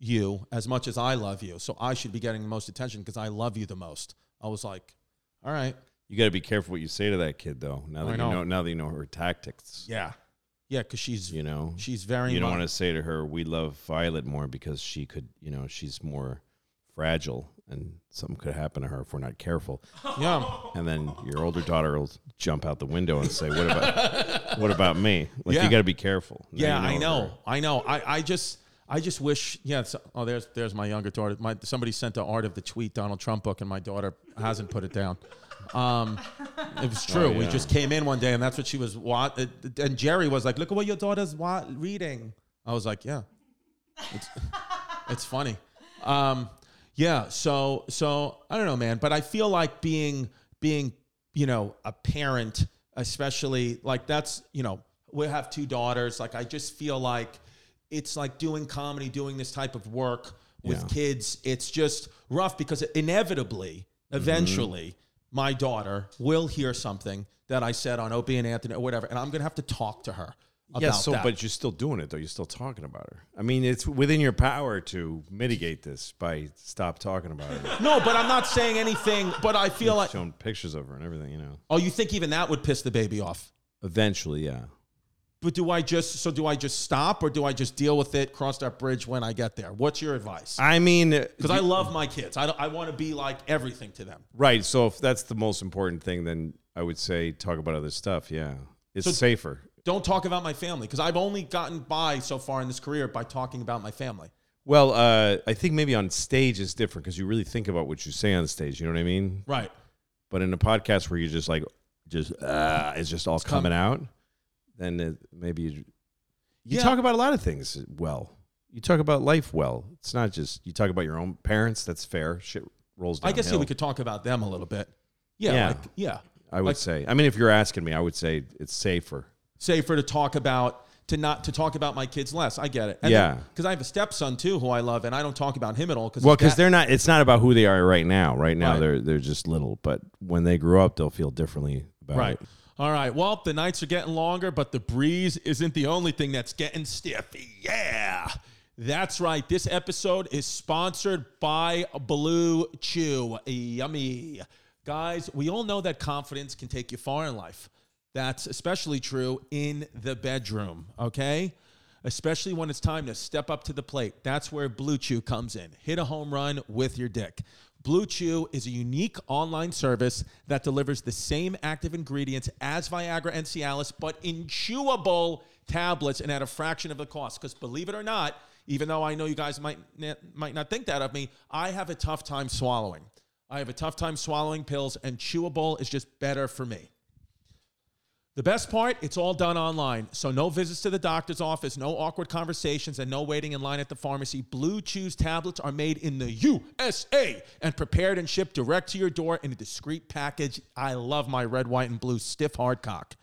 you as much as I love you. So I should be getting the most attention because I love you the most. I was like, all right.
You got to be careful what you say to that kid, though. Now
Oh,
that
I
you
know.
know, now that you know her tactics,
Yeah. Yeah. Cause she's,
you know,
she's very,
you don't
mu-
want to say to her, "We love Violet more" because she could, you know, she's more fragile, and something could happen to her if we're not careful.
yeah.
And then your older daughter will jump out the window and say, "What about, what about me?" Like
Yeah.
you got to be careful. Now
Yeah.
you
I
her.
know. I know. I, I just, I just wish, yeah. So, oh, there's, there's my younger daughter. My, somebody sent the art of the tweet Donald Trump book and my daughter hasn't put it down. Um, it was true. We
Oh, yeah.
just came in one day and that's what she was wa- And Jerry was like, look at what your daughter's wa- reading. I was like, yeah, It's funny. Um, yeah. So so I don't know, man. But I feel like being being you know a parent, especially like that's you know we have two daughters. Like I just feel like it's like doing comedy, doing this type of work with
Yeah.
kids. It's just rough because inevitably,
Mm-hmm.
eventually. My daughter will hear something that I said on Opie and Anthony or whatever, and I'm gonna have to talk to her about
Yeah, so
that.
but you're still doing it though. You're still talking about her. I mean, it's within your power to mitigate this by stop talking about her.
no, but I'm not saying anything. But I feel like
Showing pictures of her and everything, you know.
Oh, you think even that would piss the baby off?
Eventually, yeah.
But do I just so do I just stop or do I just deal with it, cross that bridge when I get there? What's your advice?
I mean,
Because I love my kids. I, don't- I want to be like everything to them.
right. So if that's the most important thing, then I would say talk about other stuff. Yeah, it's safer.
Don't talk about my family because I've only gotten by so far in this career by talking about my family.
Well, uh, I think maybe on stage it's different because you really think about what you say on stage. You know what I mean?
Right.
But in a podcast where you're just like, just uh, it's just all
come-
coming out, then it, maybe you, you
Yeah.
talk about a lot of things well. You talk about life well. It's not just you talk about your own parents. That's fair. Shit rolls
I
down.
guess yeah, we could talk about them a little bit. Yeah.
Yeah.
Like, yeah.
I would
like-
say. I mean, if you're asking me, I would say it's safer.
Safer to talk about to not to talk about my kids less. I get it.
Yeah.
Because I have a stepson too who I love and I don't talk about him at all. Cause
Well,
his
because
dad-
they're not. It's not about who they are right now. Right now,
Right.
they're they're just little. But when they grow up, they'll feel differently about
Right.
it.
All right. Well, the nights are getting longer, but the breeze isn't the only thing that's getting stiff. Yeah. That's right. This episode is sponsored by Blue Chew. Yummy. Guys, we all know that confidence can take you far in life. That's especially true in the bedroom, okay? especially when it's time to step up to the plate. That's where Blue Chew comes in. Hit a home run with your dick. Blue Chew is a unique online service that delivers the same active ingredients as Viagra and Cialis, but in chewable tablets and at a fraction of the cost. Because believe it or not, even though I know you guys might, might not think that of me, I have a tough time swallowing. I have a tough time swallowing pills, and chewable is just better for me. The best part, it's all done online. So no visits to the doctor's office, no awkward conversations, and no waiting in line at the pharmacy. Blue Chew's tablets are made in the USA and prepared and shipped direct to your door in a discreet package. I love my red, white, and blue stiff hard cock.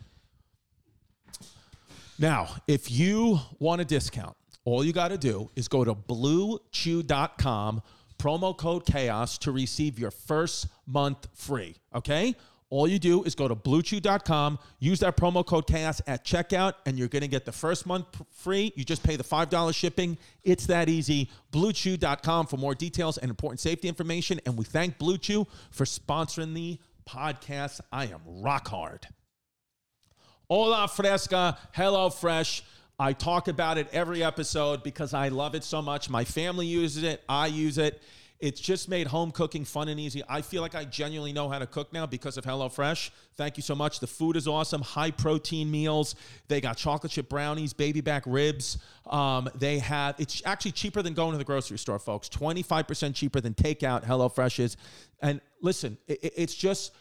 Now, if you want a discount, all you got to do is go to bluechew.com, promo code chaos to receive your first month free. Okay? All you do is go to bluechew.com, use that promo code chaos at checkout, and you're going to get the first month p- free. You just pay the $5 shipping. It's that easy. Bluechew.com for more details and important safety information. And we thank Blue Chew for sponsoring the podcast. I am rock hard. Hola Fresca, Hello Fresh. I talk about it every episode because I love it so much. My family uses it, I use it. It's just made home cooking fun and easy. I feel like I genuinely know how to cook now because of HelloFresh. Thank you so much. The food is awesome. High protein meals. They got chocolate chip brownies, baby back ribs. Um, they have. It's actually cheaper than going to the grocery store, folks. Twenty five percent cheaper than takeout. HelloFresh is. And listen, it, it- it's just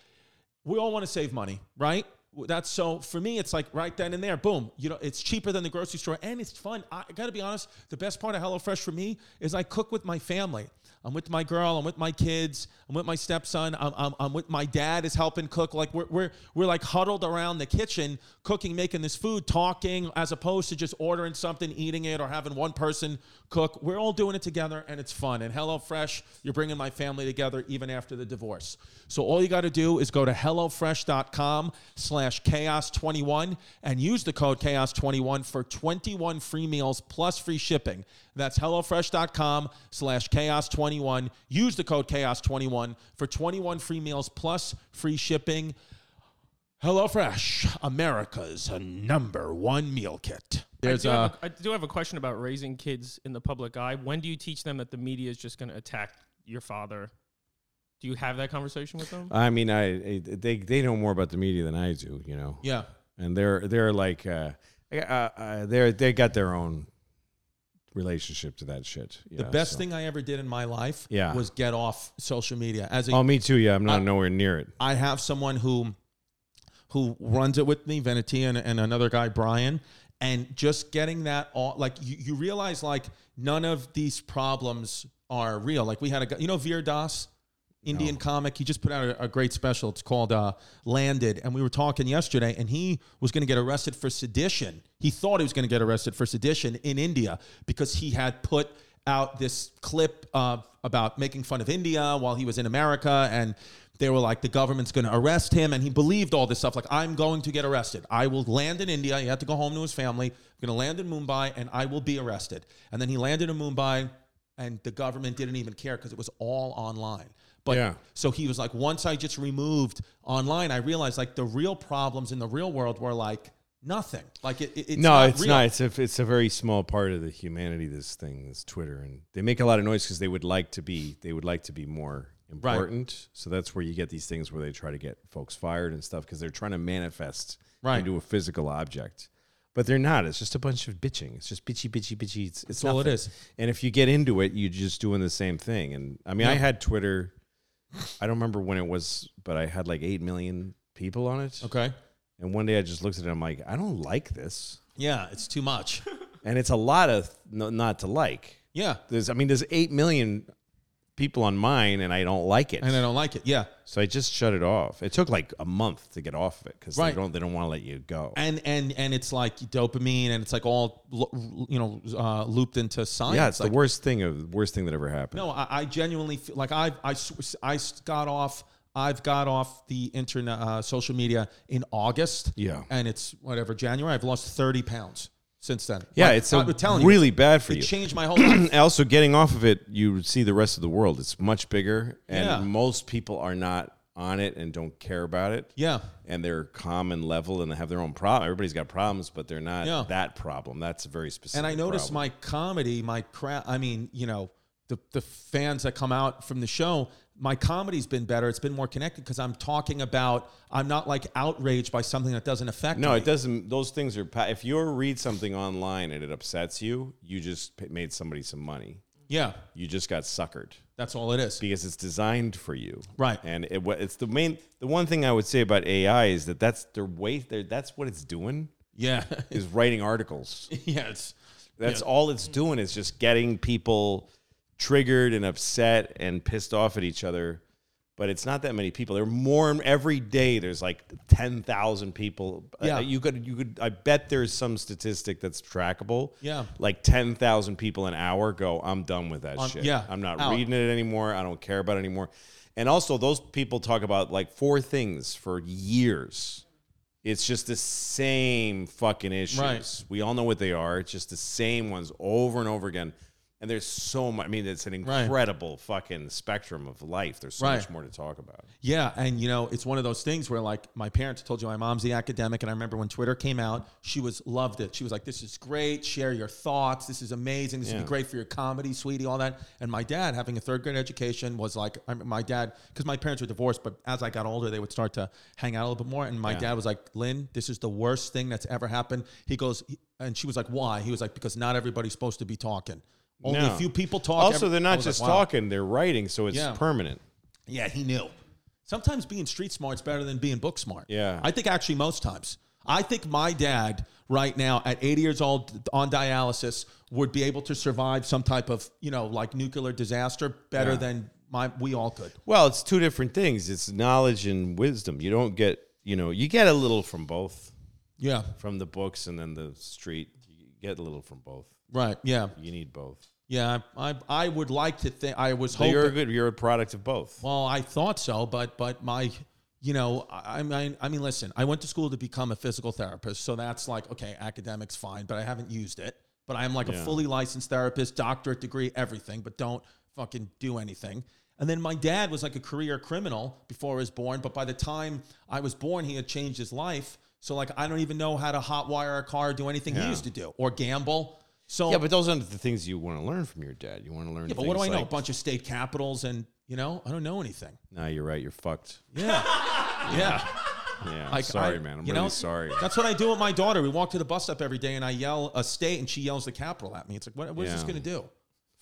we all want to save money, right? W- That's so for me. It's like right then and there. Boom. You know, it's cheaper than the grocery store, and it's fun. I got to be honest. The best part of HelloFresh for me is I cook with my family. I'm with my girl. I'm with my kids. I'm with my stepson. I'm, I'm, I'm with my dad is helping cook. Like we're, we're we're like huddled around the kitchen, cooking, making this food, talking, as opposed to just ordering something, eating it, or having one person cook. We're all doing it together, and it's fun. And HelloFresh, you're bringing my family together even after the divorce. So all you got to do is go to hellofresh.com/chaos21 and use the code chaos21 for 21 free meals plus free shipping. That's hellofresh.com slash chaos21. Use the code chaos21 for 21 free meals plus free shipping. HelloFresh, America's number one meal kit. There's
I do,
a,
have a, I do have a question about raising kids in the public eye. When do you teach them that the media is just going to attack your father? Do you have that conversation with them?
I mean, I, I they they know more about the media than I do, you know.
yeah.
and they're they're like uh, uh, uh, they're they got their own relationship to that shit.
The best thing I ever did in my life
Yeah.
was get off social media. As a
Oh, me too. Yeah, I'm not nowhere near it.
I have someone who who runs it with me, Venati, and, and another guy, Brian. And just getting that all like you, you realize like none of these problems are real. Like we had a guy, you know, Veer Das, Indian comic. He just put out a, a great special. It's called uh, Landed. And we were talking yesterday, and he was going to get arrested for sedition. He thought he was going to get arrested for sedition in India because he had put out this clip uh, about making fun of India while he was in America. And they were like, the government's going to arrest him. And he believed all this stuff. Like, I'm going to get arrested. I will land in India. He had to go home to his family. I'm going to land in Mumbai and I will be arrested. And then he landed in Mumbai and the government didn't even care because it was all online. But
Yeah.
so he was like, once I just removed online, I realized like the real problems in the real world were like nothing. Like it, it- it's
no,
not
it's
real.
not. It's a it's a very small part of the humanity. This thing, this Twitter, and they make a lot of noise because they would like to be they would like to be more important. So that's where you get these things where they try to get folks fired and stuff because they're trying to manifest
Right.
into a physical object. But they're not. It's just a bunch of bitching. It's just bitchy, bitchy, bitchy. It's, it's
all it
nothing.
is.
And if you get into it, you're just doing the same thing. And I mean, I had Twitter. I don't remember when it was, but I had like eight million people on it.
Okay.
And one day I just looked at it. I'm like, I don't like this
Yeah, it's too much.
and it's a lot of no, not to like.
Yeah.
There's, I mean, there's eight million people on mine, and I don't like it.
And I don't like it. Yeah.
so I just shut it off. It took like a month to get off of it because
Right.
they don't they don't want to let you go.
And and and it's like dopamine and it's like all lo- you know uh, looped into science.
yeah, it's
like,
the worst thing of worst thing that ever happened.
No, I, I genuinely feel like I've I, sw- I s- got off I've got off the internet uh, social media in August.
Yeah.
and it's whatever January. I've lost thirty pounds since then.
yeah,
Like,
it's
I
a,
was telling
really
you,
bad for
it
you.
changed my whole life.
And also, getting off of it, you see the rest of the world. It's much bigger, and
Yeah.
most people are not on it and don't care about it.
yeah,
and they're common level and they have their own problem. Everybody's got problems, but they're not
Yeah.
that problem. That's a very specific.
and I noticed
problem.
my comedy, my crowd. I mean, you know, the the fans that come out from the show. My comedy's been better. It's been more connected because I'm talking about. I'm not like outraged by something that doesn't affect.
No,
me.
it doesn't. Those things are. pa- If you read something online and it upsets you, you just p- made somebody some money.
Yeah,
You just got suckered
that's all it is.
because it's designed for you,
Right.
And it, wa- it's the main. The one thing I would say about AI is that that's their way. Their, that's what it's doing
Yeah,
is writing articles.
yeah, it's.
That's all it's doing is just getting people triggered and upset and pissed off at each other. But it's not that many people. There are more every day. There's like ten thousand people. Uh,
Yeah.
you could you could. I bet there's some statistic that's trackable.
Yeah.
like ten thousand people an hour go. I'm done with that
Um,
shit.
yeah,
I'm not
out."
reading it anymore. I don't care about it anymore. And also, those people talk about like four things for years. It's just the same fucking issues.
Right.
We all know what they are. It's just the same ones over and over again. And there's so much. I mean, it's an
Right.
incredible fucking spectrum of life. There's so much
Right.
more to talk about.
Yeah, and you know, it's one of those things where like my parents told you my mom's the academic, and I remember when Twitter came out, she was loved it. She was like, "This is great. Share your thoughts. This is amazing. This would
Yeah.
be great for your comedy, sweetie, all that." And my dad, having a third grade education, was like, I mean, "My dad," because my parents were divorced, but as I got older, they would start to hang out a little bit more. And my dad was like, "Lynn, this is the worst thing that's ever happened." He goes, and she was like, "Why?" He was like, "Because not everybody's supposed to be talking. Only
No.
a few people talk." Every-
Also,
oh,
they're
I
not
was like,
just
"Wow."
talking; they're writing, so it's
Yeah.
permanent.
Yeah, he knew. Sometimes being street smart's better than being book smart.
Yeah.
I think actually most times. I think my dad right now at 80 years old on dialysis would be able to survive some type of, you know, like nuclear disaster better than my we all could.
Well, it's two different things. It's knowledge and wisdom. You don't get, you know, you get a little from both,
Yeah.
from the books and then the street. You get a little from both.
Right. Yeah.
You need both.
Yeah. I I, I would like to think I was
So
hoping
you're a good. You're a product of both.
Well, I thought so, but but my, you know, I I mean, I mean, listen, I went to school to become a physical therapist, so that's like okay, academics fine, but I haven't used it. But I am like a fully licensed therapist, doctorate degree, everything, but don't fucking do anything. And then my dad was like a career criminal before I was born, but by the time I was born, he had changed his life. So like, I don't even know how to hotwire a car, or do anything he
Yeah.
used to do, or gamble. So
yeah, but those aren't the things you want to learn from your dad. You want to learn.
Yeah, but what do I
things
know? A
like-
bunch of state capitals, and you know, I don't know anything.
No, you're right. You're fucked.
Yeah, yeah.
Yeah, I'm
Like,
sorry,
I-
man. I'm
you
really
know,
sorry.
That's what I do with my daughter. We walk to the bus stop every day, and I yell a state, and she yells the capital at me. It's like, what, what is this
Yeah.
going to do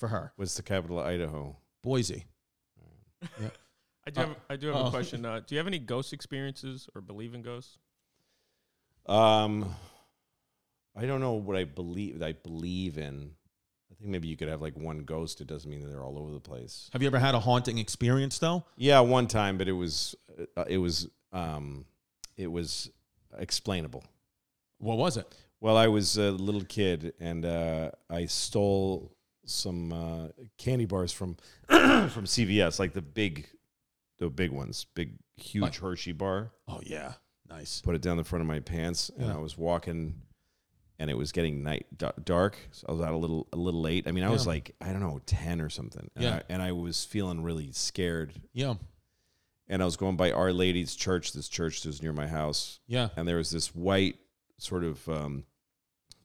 for her?
What's the capital of Idaho?
Boise.
I do have, I do have
oh.
a question. Uh, do you have any ghost experiences or believe in ghosts?
Um, I don't know what I believe. I believe in. I think maybe you could have like one ghost. It doesn't mean that they're all over the place.
Have you ever had a haunting experience though?
Yeah, one time, but it was uh, it was um it was explainable.
What was it?
Well, I was a little kid and uh, I stole some uh, candy bars from from CVS, like the big the big ones, big huge
Like-
Hershey bar.
Oh yeah, nice.
Put it down the front of my pants, and
Yeah.
I was walking, and it was getting night da- dark. So I was out a little a little late. I mean, I was
Yeah.
like I don't know ten or something. And
Yeah.
I, and I was feeling really scared
Yeah,
and I was going by Our Lady's church, this church that was near my house,
yeah,
and there was this white sort of um,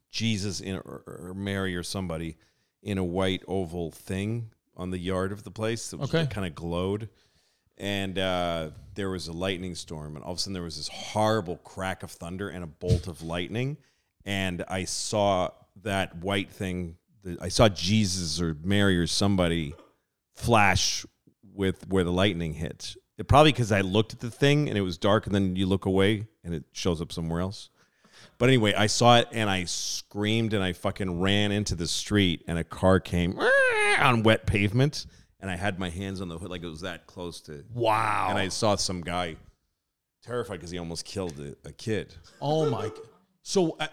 Jesus in, or, or Mary or somebody in a white oval thing on the yard of the place that,
Okay.
kind of glowed. And uh, there was a lightning storm, and all of a sudden there was this horrible crack of thunder and a bolt of lightning, and I saw that white thing. the- I saw Jesus or Mary or somebody flash with where the lightning hit. It probably because I looked at the thing and it was dark, and then you look away and it shows up somewhere else. But anyway, I saw it and I screamed and I fucking ran into the street and a car came on wet pavement and I had my hands on the hood like it was that close to.
Wow.
And I saw some guy terrified because he almost killed a, a kid.
oh my. g- So. Uh,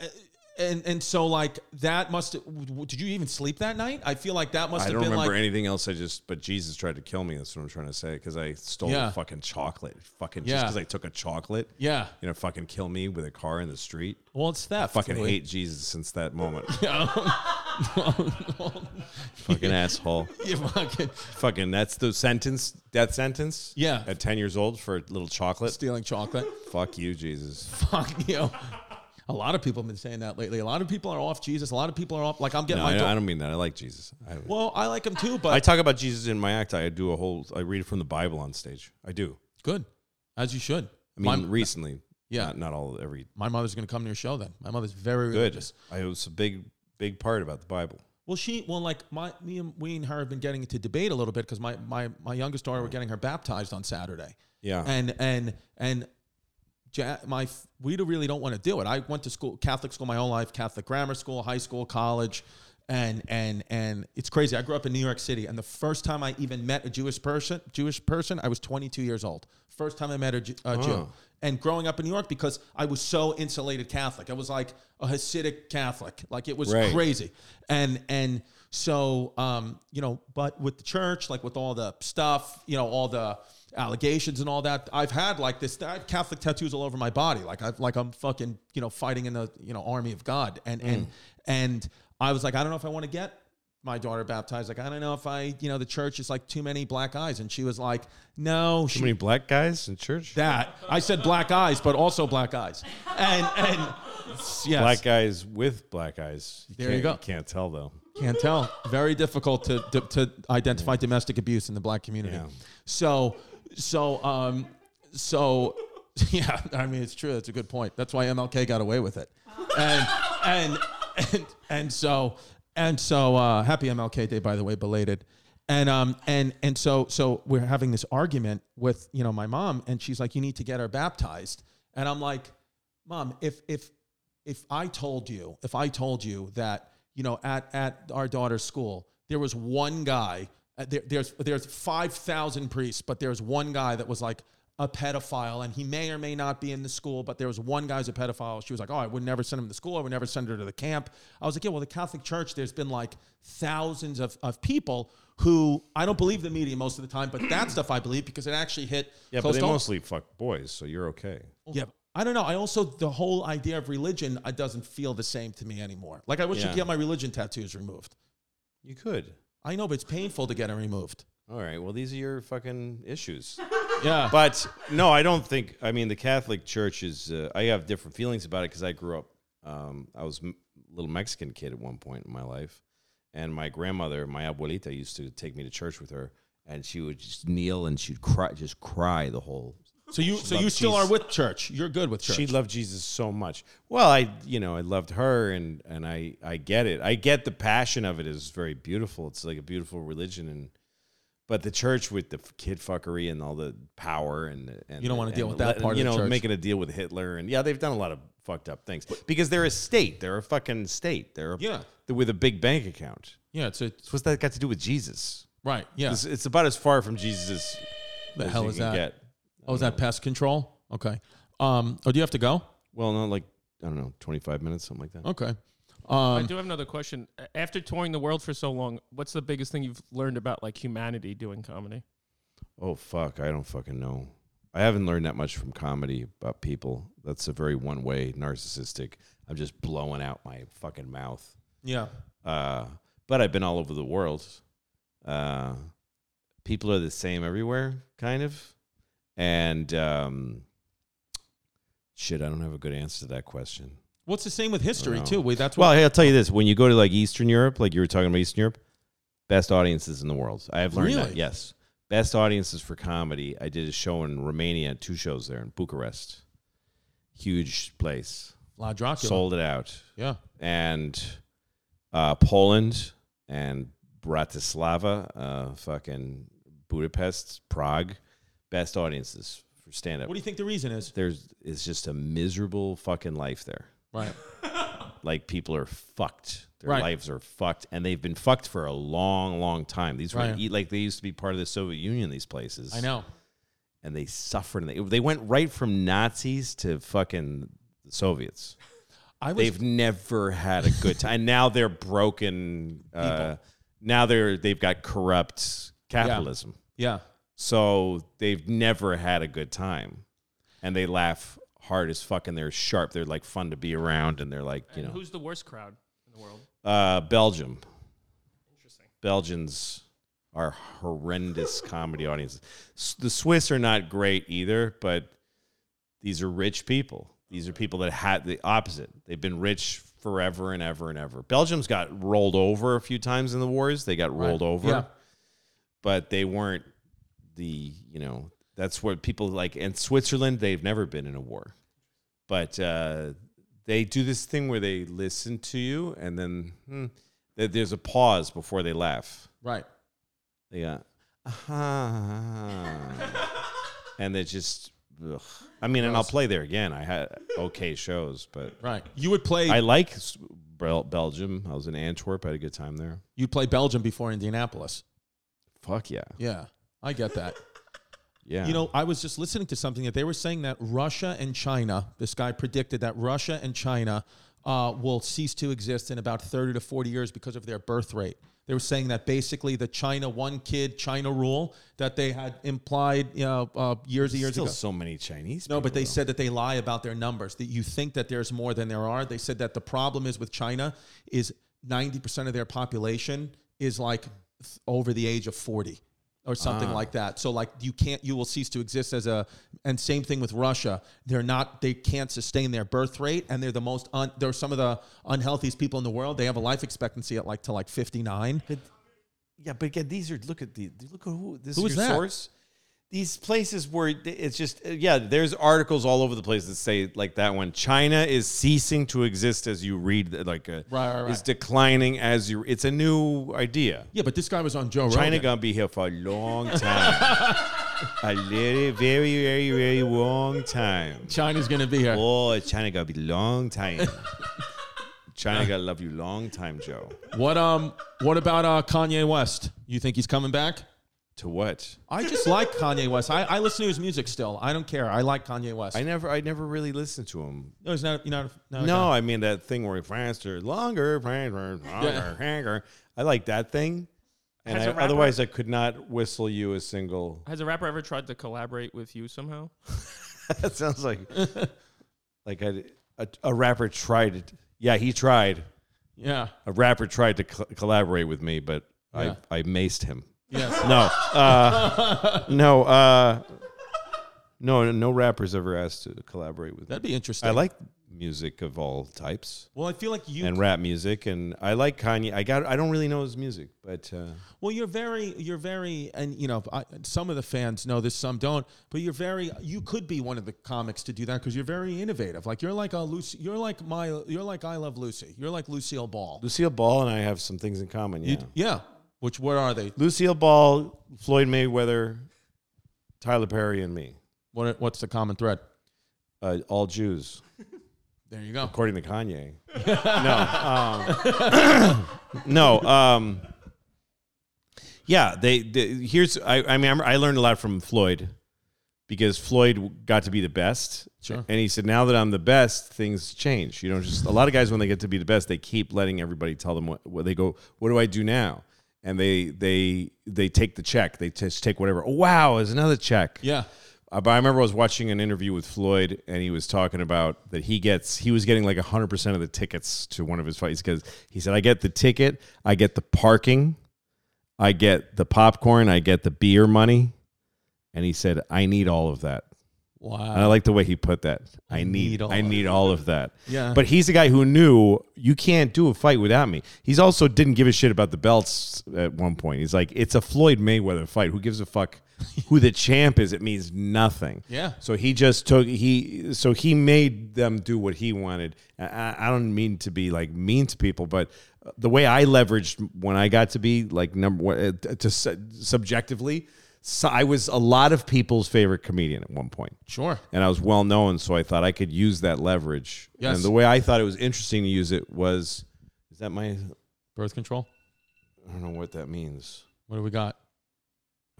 and and so like that must w- w- did you even sleep that night? I feel like that must
I
have
don't
been
remember
like
anything else. I just, but Jesus tried to kill me. That's what I'm trying to say because I stole
Yeah.
a fucking chocolate. Fucking just
Yeah.
because I took a chocolate.
yeah.
You know, fucking kill me with a car in the street.
Well, it's theft.
Fucking
Louis.
hate Jesus since that moment. fucking asshole.
You fucking-
Fucking that's the sentence, death sentence.
Yeah.
At 10 years old for a little chocolate.
stealing chocolate.
Fuck you, Jesus.
fuck you. A lot of people have been saying that lately. A lot of people are off Jesus. A lot of people are off. Like I'm getting
No,
my.
I,
do-
I don't mean that. I like Jesus. I,
well, I like him too, but
I talk about Jesus in my act. I do a whole, I read from the Bible on stage. I do.
good, as you should.
I mean,
my,
recently.
Yeah.
Not, not all, every
my mother's gonna come to your show then. My mother's very
good.
religious.
I, it was a big, big part about the Bible.
Well, she well like my me and we and her have been getting into debate a little bit because my my my youngest daughter we're getting her baptized on Saturday,
Yeah.
and and and. Ja- My f- we don't- really don't want to do it. I went to school Catholic school my whole life, Catholic grammar school, high school, college, and and and it's crazy. I grew up in New York City, and the first time I even met a Jewish person, Jewish person, I was 22 years old. First time I met a, Ju- a Jew,
Oh.
and growing up in New York because I was so insulated Catholic. I was like a Hasidic Catholic, like it was
Right.
crazy, and and so um you know, but with the church, like with all the stuff, you know, all the allegations and all that, I've had like this. I have Catholic tattoos all over my body, like I've like I'm fucking you know fighting in the you know army of God, and and
Mm.
and I was like, I don't know if I want to get my daughter baptized like i don't know if i you know the church is like too many black eyes and she was like no she
Too many black guys in church?
that. I said black eyes, but also black eyes. And and yes,
Black guys with black eyes.
There you
can't-
go.
can't tell though.
can't tell. Very difficult to to, to identify domestic abuse in the black community.
Yeah.
So so um so yeah. I mean, it's true. That's a good point. That's why MLK got away with it. And and and and so and so uh, happy MLK Day, by the way, belated. And um and and so so we're having this argument with you know my mom, and she's like, "You need to get her baptized," and I'm like, "Mom, if if if I told you, if I told you that you know at at our daughter's school there was one guy, uh, there, there's there's five thousand priests, but there's one guy that was like." A pedophile, and he may or may not be in the school, but there was one guy who's a pedophile. She was like, "Oh, I would never send him to school. I would never send her to the camp." I was like, "Yeah, well, the Catholic Church, there's been like thousands of, of people who I don't believe the media most of the time, but that stuff I believe because it actually hit
Yeah,
close
but they
to home.
mostly fuck boys, so you're okay.
Yeah. I don't know. I also the whole idea of religion uh doesn't feel the same to me anymore. Like I wish I
Yeah.
could get my religion tattoos removed.
You could.
I know, but it's painful to get it removed.
All right. Well, these are your fucking issues.
Yeah. But
but no, I don't think. I mean, the Catholic Church is. Uh, I have different feelings about it because I grew up. Um, I was m- a little Mexican kid at one point in my life, and my grandmother, my abuelita, used to take me to church with her, and she would just kneel and she'd cry, just cry the whole.
so you so you
Love
still are
Jesus.
with church. You're good with church.
She loved Jesus so much. Well, I, you know, I loved her, and and I, I get it. I get the passion of it is very beautiful. It's like a beautiful religion, and but the church with the kid fuckery and all the power and, the- and
You don't wanna
and
deal with
the-
that part of
You
the
know,
church.
making a deal with Hitler, and yeah, they've done a lot of fucked up things because they're a state. They're a fucking state. They're a,
Yeah.
they're with a big bank account.
yeah, it's a
So what's that got to do with Jesus?
right. Yeah.
It's, it's about as far from Jesus as
the
as
hell
you
is
can
that?
get.
Oh, is that pest control? Okay. Um oh do you have to go?
Well, no, like I don't know, twenty five minutes, something like that.
Okay.
I
Um
do have another question. A- After touring the world for so long, what's the biggest thing you've learned about like humanity doing comedy?
Oh fuck, I don't fucking know. I haven't learned that much from comedy about people. That's a very one way narcissistic. I'm just blowing out my fucking mouth.
yeah.
Uh, but I've been all over the world. Uh, people are the same everywhere, kind of. And um, shit, I don't have a good answer to that question.
Well, it's the same with history
know.
too. We that's
Well,
what
hey, I'll tell you this: when you go to like Eastern Europe, like you were talking about Eastern Europe, best audiences in the world. I have learned that.
Really?
Yes, best audiences for comedy. I did a show in Romania, two shows there in Bucharest, huge place,
La Dracula.
sold it out,
Yeah.
and uh, Poland and Bratislava, uh, fucking Budapest, Prague, best audiences for stand up.
What do you think the reason is?
There's it's just a miserable fucking life there
Right.
like people are fucked. Their
Right.
lives are fucked, and they've been fucked for a long, long time. These were
Right.
eat like they used to be part of the Soviet Union. These places,
I know.
and they suffered. And they, they went right from Nazis to fucking Soviets.
I was
They've never had a good time. and now they're broken. Uh, now they're they've got corrupt capitalism.
Yeah.
So they've never had a good time, and they laugh hard as fuck, and they're sharp. They're like fun to be around, and they're like you know.
Who's the worst crowd in the world?
Uh, Belgium.
Interesting.
Belgians are horrendous comedy audiences. S- The Swiss are not great either, but these are rich people. These are people that had the opposite. They've been rich forever and ever and ever. Belgium's got rolled over a few times in the wars. They got rolled over,
Yeah.
but they weren't the, you know, that's what people like. And Switzerland, they've never been in a war. But uh, they do this thing where they listen to you and then hmm, th- there's a pause before they laugh.
Right.
Yeah. Uh-huh. and they just, ugh. I mean, and I'll play there again. I had okay shows, but
Right. You would play
I like s- Bel- Belgium. I was in Antwerp. I had a good time there.
you'd play Belgium before Indianapolis.
Fuck yeah.
Yeah. I get that.
Yeah.
You know, I was just listening to something that they were saying that Russia and China, this guy predicted that Russia and China uh, will cease to exist in about 30 to 40 years because of their birth rate. They were saying that basically the China one kid, China rule that they had implied you know, uh, years and years
still
ago.
so many Chinese.
No, but
people,
they
though.
said that they lie about their numbers. That you think that there's more than there are. They said that the problem is with China is 90% of their population is like th- over the age of 40 or something like that. So like you can't you will cease to exist as a and same thing with Russia. They're not they can't sustain their birth rate and they're the most un, they're some of the unhealthiest people in the world. They have a life expectancy at like to like 59.
But yeah, but again, these are look at the look at who this
Who
is
is
your
that?
source. these places where it's just yeah there's articles all over the place that say like that one china is ceasing to exist as you read like a,
Right, right, right.
is declining as you it's a new idea
Yeah, but this guy was on Joe
china
Rogan.
gonna be here for a long time a very very very very long time
China's gonna be here.
oh china gonna be long time china gonna love you long time joe
What um? What about uh Kanye West? You think he's coming back?
to what
I just like Kanye West. I, I listen to his music still. I don't care. I like Kanye West.
i never i never really listened to him
no, he's not. You know, no,
No, I mean that thing where faster, longer, faster, longer, longer. I like that thing. And
As
I,
a rapper-
otherwise, I could not whistle you a single.
Has a rapper ever tried to collaborate with you somehow?
that sounds like like I- a, a rapper tried it. Yeah, he tried.
yeah,
A rapper tried to cl- collaborate with me, but
Yeah.
I I maced him.
yes.
No, uh, no, uh, no, no. Rappers ever asked to collaborate with
That'd
me.
be interesting.
I like music of all types.
Well, I feel like you.
and rap music and I like Kanye. I got I don't really know his music, but uh,
well, you're very, you're very, and you know, I, some of the fans know this, some don't. But you're very. You could be one of the comics to do that because you're very innovative. Like you're like a Lucy. You're like my. You're like I love Lucy. You're like Lucille Ball.
Lucille Ball and I have some things in common. Yeah.
Yeah. Which what are they?
Lucille Ball, Floyd Mayweather, Tyler Perry and me.
What are- what's the common thread?
Uh, all Jews,
There you go.
according to Kanye. no. Um, no. Um, yeah, they, they here's I I mean I learned a lot from Floyd because Floyd got to be the best.
Sure.
And he said, now that I'm the best, things change. You know, just a lot of guys when they get to be the best, they keep letting everybody tell them what, what they go. What do I do now? And they they they take the check. They just take whatever. Oh, wow, there's another check.
Yeah.
Uh, but I remember I was watching an interview with Floyd, and he was talking about that he gets he was getting like hundred percent of the tickets to one of his fights because he said, "I get the ticket, I get the parking, I get the popcorn, I get the beer money," and he said, "I need all of that." And I
Wow.
like the way he put that. I need,
need all
I
of
need all of that.
Yeah.
But he's the guy who knew you can't do a fight without me. He's also didn't give a shit about the belts at one point. He's like, it's a Floyd Mayweather fight. Who gives a fuck who the champ is? It means nothing.
Yeah.
So he just took he so he made them do what he wanted. I- I, I don't mean to be like mean to people, but the way I leveraged when I got to be like number one uh, to su- subjectively, so I was a lot of people's favorite comedian at one point
Sure.
and I was well known, so I thought I could use that leverage.
Yes.
And the way I thought it was interesting to use it was, is that my?
Birth control.
I don't know what that means.
What do we got?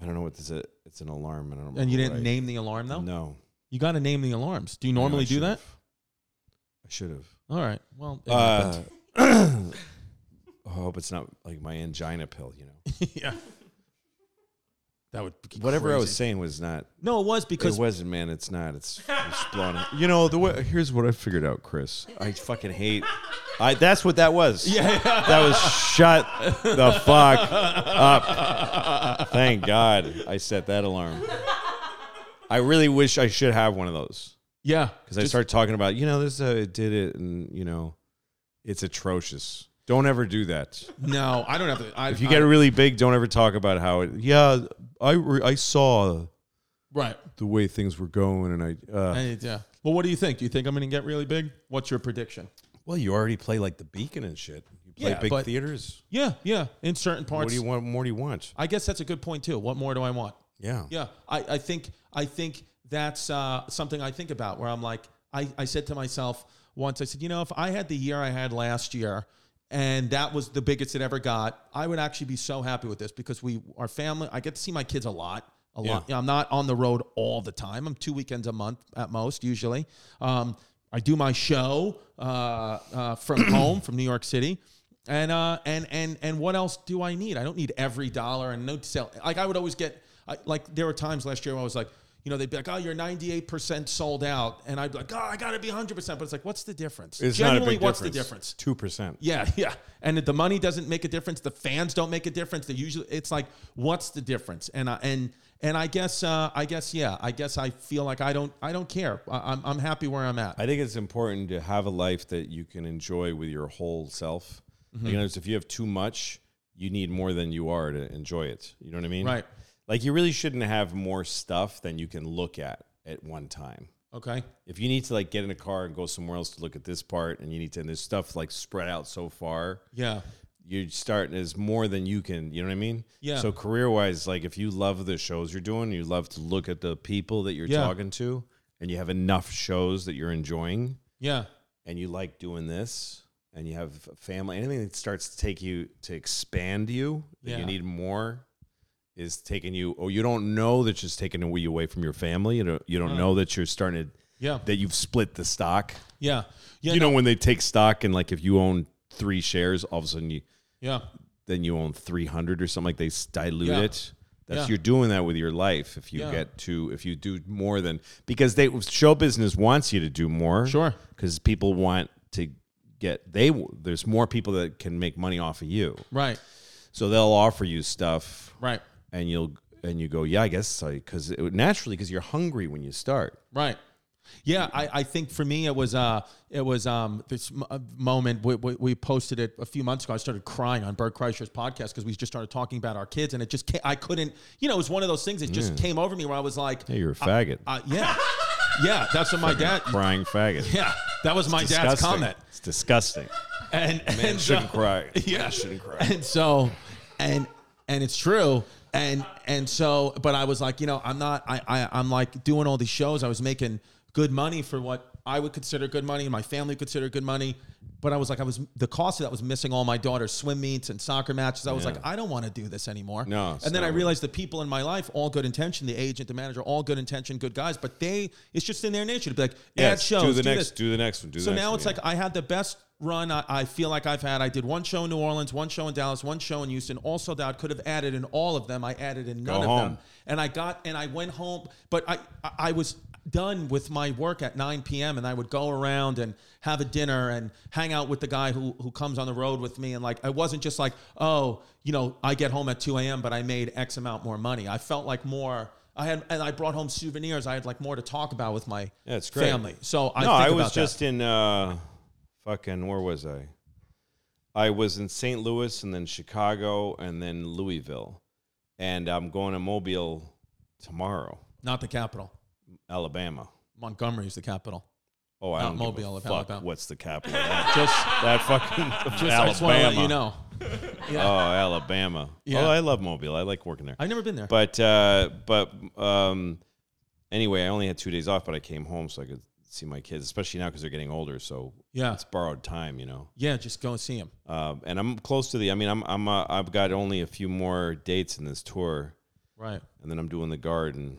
I don't know what this is. It's an alarm. And I don't.
And you didn't
remember what I-
name the alarm though.
No.
You got to name the alarms. Do you normally
I
do that?
should've. I should have.
All right. Well, it
Uh,
happened.
I hope it's not like my angina pill. You know,
yeah. That would be
whatever I was
crazy.
saying was not.
No, it was
It
because
wasn't, man. It's not. It's, it's blown. up. You know the way. Here's what I figured out, Chris. I fucking hate. I. That's what that was.
yeah,
That was shut the fuck up. Thank God I set that alarm. I really wish I should have one of those
yeah.
because I start talking about, you know, this is how it did it, and you know, it's atrocious. Don't ever do that.
No, I don't have to. I,
If you
I-
get really big, don't ever talk about how it. Yeah, I re- I saw
right,
the way things were going, and I. Uh,
I- yeah. Well, what do you think? Do you think I'm going to get really big? What's your prediction?
well, you already play like the Beacon and shit. You play
Yeah,
big
but-
theaters.
Yeah, yeah. In certain parts,
What do you want? More do you want?
I guess that's a good point too. What more do I want?
Yeah.
Yeah, I, I think I think that's uh, something I think about where I'm like, I, I said to myself once, I said, you know, if I had the year I had last year and that was the biggest it ever got, I would actually be so happy with this because we, our family, I get to see my kids a lot. A lot.
Yeah.
I'm not on the road all the time. I'm two weekends a month at most, usually. Um, I do my show uh, uh, from home, from New York City. And uh and and and what else do I need? I don't need every dollar and no sell. Like I would always get I, like there were times last year where I was like, you know, they'd be like, "Oh, you're 98% sold out," and I'd be like, "Oh, I got to be 100%." But it's like, what's the difference?
It's
Generally,
not a big
what's the
difference.
difference?
Two percent.
Yeah, yeah. And if the money doesn't make a difference, the fans don't make a difference. They usually it's like, what's the difference? And I, and and I guess uh, I guess yeah, I guess I feel like I don't I don't care. I, I'm I'm happy where I'm at.
I think it's important to have a life that you can enjoy with your whole self.
Mm-hmm.
Like, in other words, if you have too much, you need more than you are to enjoy it. You know what I mean?
Right.
Like you really shouldn't have more stuff than you can look at at one time.
Okay.
If you need to like get in a car and go somewhere else to look at this part, and you need to, and there's stuff like spread out so far,
Yeah.
you're starting is more than you can. You know what I mean?
Yeah.
So career wise, like if you love the shows you're doing, you love to look at the people that you're
Yeah.
talking to, and you have enough shows that you're enjoying,
Yeah.
and you like doing this and you have a family anything that starts to take you to expand you that
Yeah.
you need more is taking you or you don't know that you're taking away- you away from your family you don't, you don't know that you're starting to,
Yeah.
that you've split the stock
Yeah. Yeah.
you know when they take stock and like if you own three shares all of a sudden you
yeah.
then you own 300 or something like they s- dilute
Yeah.
it that's
Yeah.
you're doing that with your life if you
Yeah.
get to if you do more than because they show business wants you to do more
Sure.
because people want to get they there's more people that can make money off of you
Right.
so they'll offer you stuff
Right.
and you'll and you go yeah i guess so because naturally because you're hungry when you start
Right. Yeah, I, I think for me it was uh it was um this m- uh, moment we, we, we posted it a few months ago. I started crying on Bert Kreischer's podcast because we just started talking about our kids and it just came, I couldn't you know it was one of those things that just came over me where I was like
hey you're a faggot
uh, yeah yeah that's what my dad
crying faggot
yeah that was my dad's
Disgusting.
comment
it's disgusting
and and so-
shouldn't cry
Yeah.
shouldn't cry
and so and and it's true and and so but i was like you know i'm not I, I i'm like doing all these shows i was making good money for what i would consider good money and my family would consider good money but i was like i was the cost of that was missing all my daughter's swim meets and soccer matches i was like i don't want to do this anymore
No, it's
and then
not
i
worth
realized the people in my life all good intention the agent the manager all good intention good guys but they it's just in their nature to be like add shows
do the next
this
do the next one do the
so
next
now
one,
it's
yeah.
like I had the best run I, I feel like I've had. I did one show in New Orleans, one show in Dallas, one show in Houston, all sold out. Could have added in all of them. I added in none of them.
home.
And I got and I went home, but I I I was done with my work at 9 p.m. and I would go around and have a dinner and hang out with the guy who who comes on the road with me and like I wasn't just like, oh, you know, I get home at 2 a.m. but I made X amount more money. I felt like more I had and I brought home souvenirs. I had like more to talk about with my
Yeah, it's great.
family. So I
no,
think
I
about
was
that.
just in uh, fucking where was I? I was in St. Louis and then Chicago and then Louisville, and I'm going to Mobile tomorrow,
Not the capital.
Alabama.
Montgomery is the capital.
Oh, I
Not
don't give a
Mobile,
fuck
Alabama.
What's the capital? of that,
Just,
that fucking
just I
Alabama.
just want to let you know.
Oh, Alabama.
Yeah.
Oh, I love Mobile. I like working there.
I've never been there.
But uh, but um, anyway, I only had two days off, but I came home so I could see my kids, especially now because they're getting older. So
Yeah.
it's borrowed time, you know.
yeah, just go and see him.
Um, and I'm close to the. I mean, I'm I'm uh, I've got only a few more dates in this tour,
Right.
and then I'm doing the Garden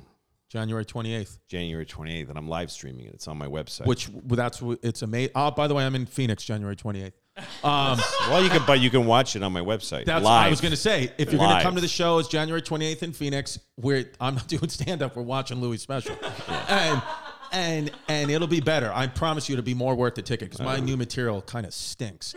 January 28th,
January 28th, and I'm live streaming it. It's on my website.
which w- that's what it's amazing. Oh, by the way, I'm in Phoenix January 28th. Um,
well, you can but you can watch it on my website.
that's what
live.
I was going to say. If you're going to
Live.
come to the show, it's January 28th in Phoenix. We're, I'm not doing stand up. We're watching Louis special. And, and, and it'll be better. I promise you it'll be more worth the ticket because my new material kind of stinks.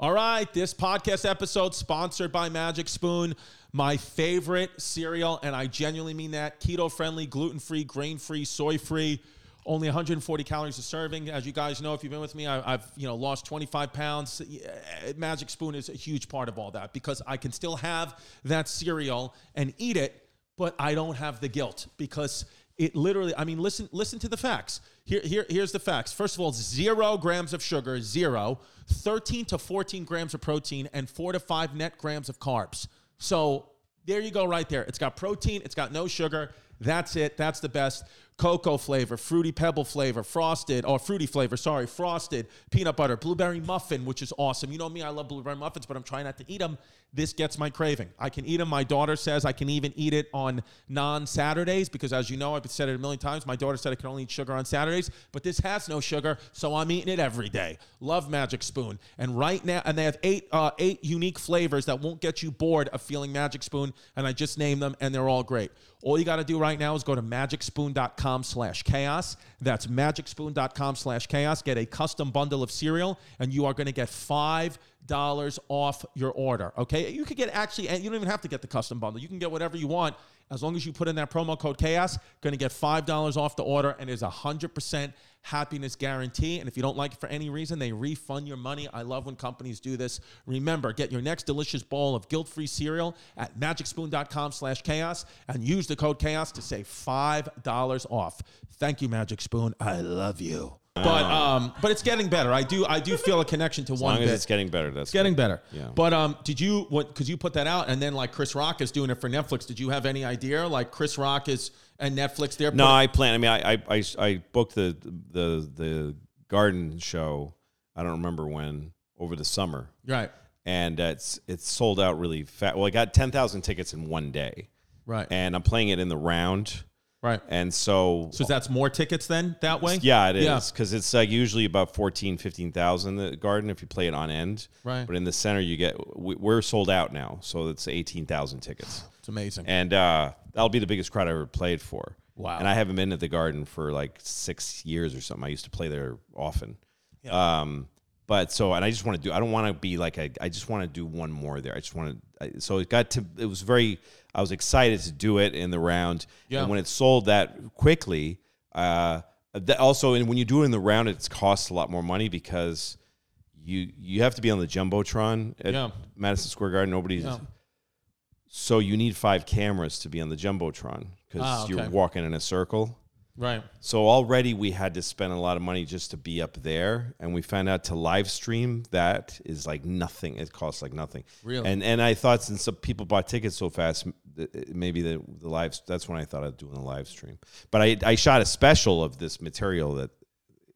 All right, this podcast episode sponsored by Magic Spoon, my favorite cereal, and I genuinely mean that. Keto friendly, gluten free, grain free, soy free, only 140 calories a serving. As you guys know, if you've been with me, I, I've you know lost 25 pounds. Eh, Magic Spoon is a huge part of all that because I can still have that cereal and eat it but I don't have the guilt because it literally I mean listen listen to the facts. Here, here here's the facts. First of all, 0 grams of sugar, zero, 13 to 14 grams of protein and 4 to 5 net grams of carbs. So there you go right there. It's got protein, it's got no sugar. That's it. That's the best. Cocoa flavor, fruity pebble flavor, frosted, or fruity flavor, sorry, frosted, peanut butter, blueberry muffin, which is awesome. You know me, I love blueberry muffins, but I'm trying not to eat them. This gets my craving. I can eat them. My daughter says I can even eat it on non Saturdays because, as you know, I've said it a million times. My daughter said I can only eat sugar on Saturdays, but this has no sugar, so I'm eating it every day. Love Magic Spoon. And right now, and they have eight, uh, eight unique flavors that won't get you bored of feeling Magic Spoon. And I just named them, and they're all great. All you got to do right now is go to magicspoon.com slash chaos. That's magicspoon.com slash chaos. Get a custom bundle of cereal, and you are going to get five dollars off your order. Okay, you could get actually, and you don't even have to get the custom bundle. You can get whatever you want as long as you put in that promo code chaos. Going to get five dollars off the order, and there's a hundred percent happiness guarantee. And if you don't like it for any reason, they refund your money. I love when companies do this. Remember, get your next delicious bowl of guilt-free cereal at magicspoon.com/chaos and use the code chaos to save five dollars off. Thank you, Magic Spoon. I love you. But um, but it's getting better. I do I do feel a connection to
As
one
long
bit.
as it's getting better, that's
It's getting better.
Yeah.
But um, did you what? Because you put that out, and then like Chris Rock is doing it for Netflix. Did you have any idea? Like Chris Rock is and Netflix. They're
No,
putting-
I plan. I mean, I, I I I booked the the the garden show. I don't remember when over the summer,
right,
and uh, it's it's sold out really fast. Well, I got ten thousand tickets in one day,
right,
and I'm playing it in the round,
right.
and so.
So that's more tickets then that way.
yeah, it
Yeah.
is because it's like usually about 14, 15,000 the garden if you play it on end.
Right.
But in the center, you get we, we're sold out now, so it's eighteen thousand tickets.
It's amazing.
and uh, that'll be the biggest crowd I ever played for.
Wow.
And I haven't been at the Garden for like six years or something. I used to play there often. Um, but so, and I just want to do. I don't want to be like I. I just want to do one more there. I just want to. So it got to. It was very. I was excited to do it in the round.
Yeah.
And when it sold that quickly, uh, that also, and when you do it in the round, it costs a lot more money because you you have to be on the jumbotron at
Yeah.
Madison Square Garden. Nobody's.
Yeah.
So you need five cameras to be on the jumbotron because
Ah, okay.
you're walking in a circle.
right.
So already we had to spend a lot of money just to be up there, and we found out to live stream that is like nothing. It costs like nothing.
Really?
And and I thought since some people bought tickets so fast, m- th- it- maybe the the live that's when I thought of doing the live stream. But I I shot a special of this material that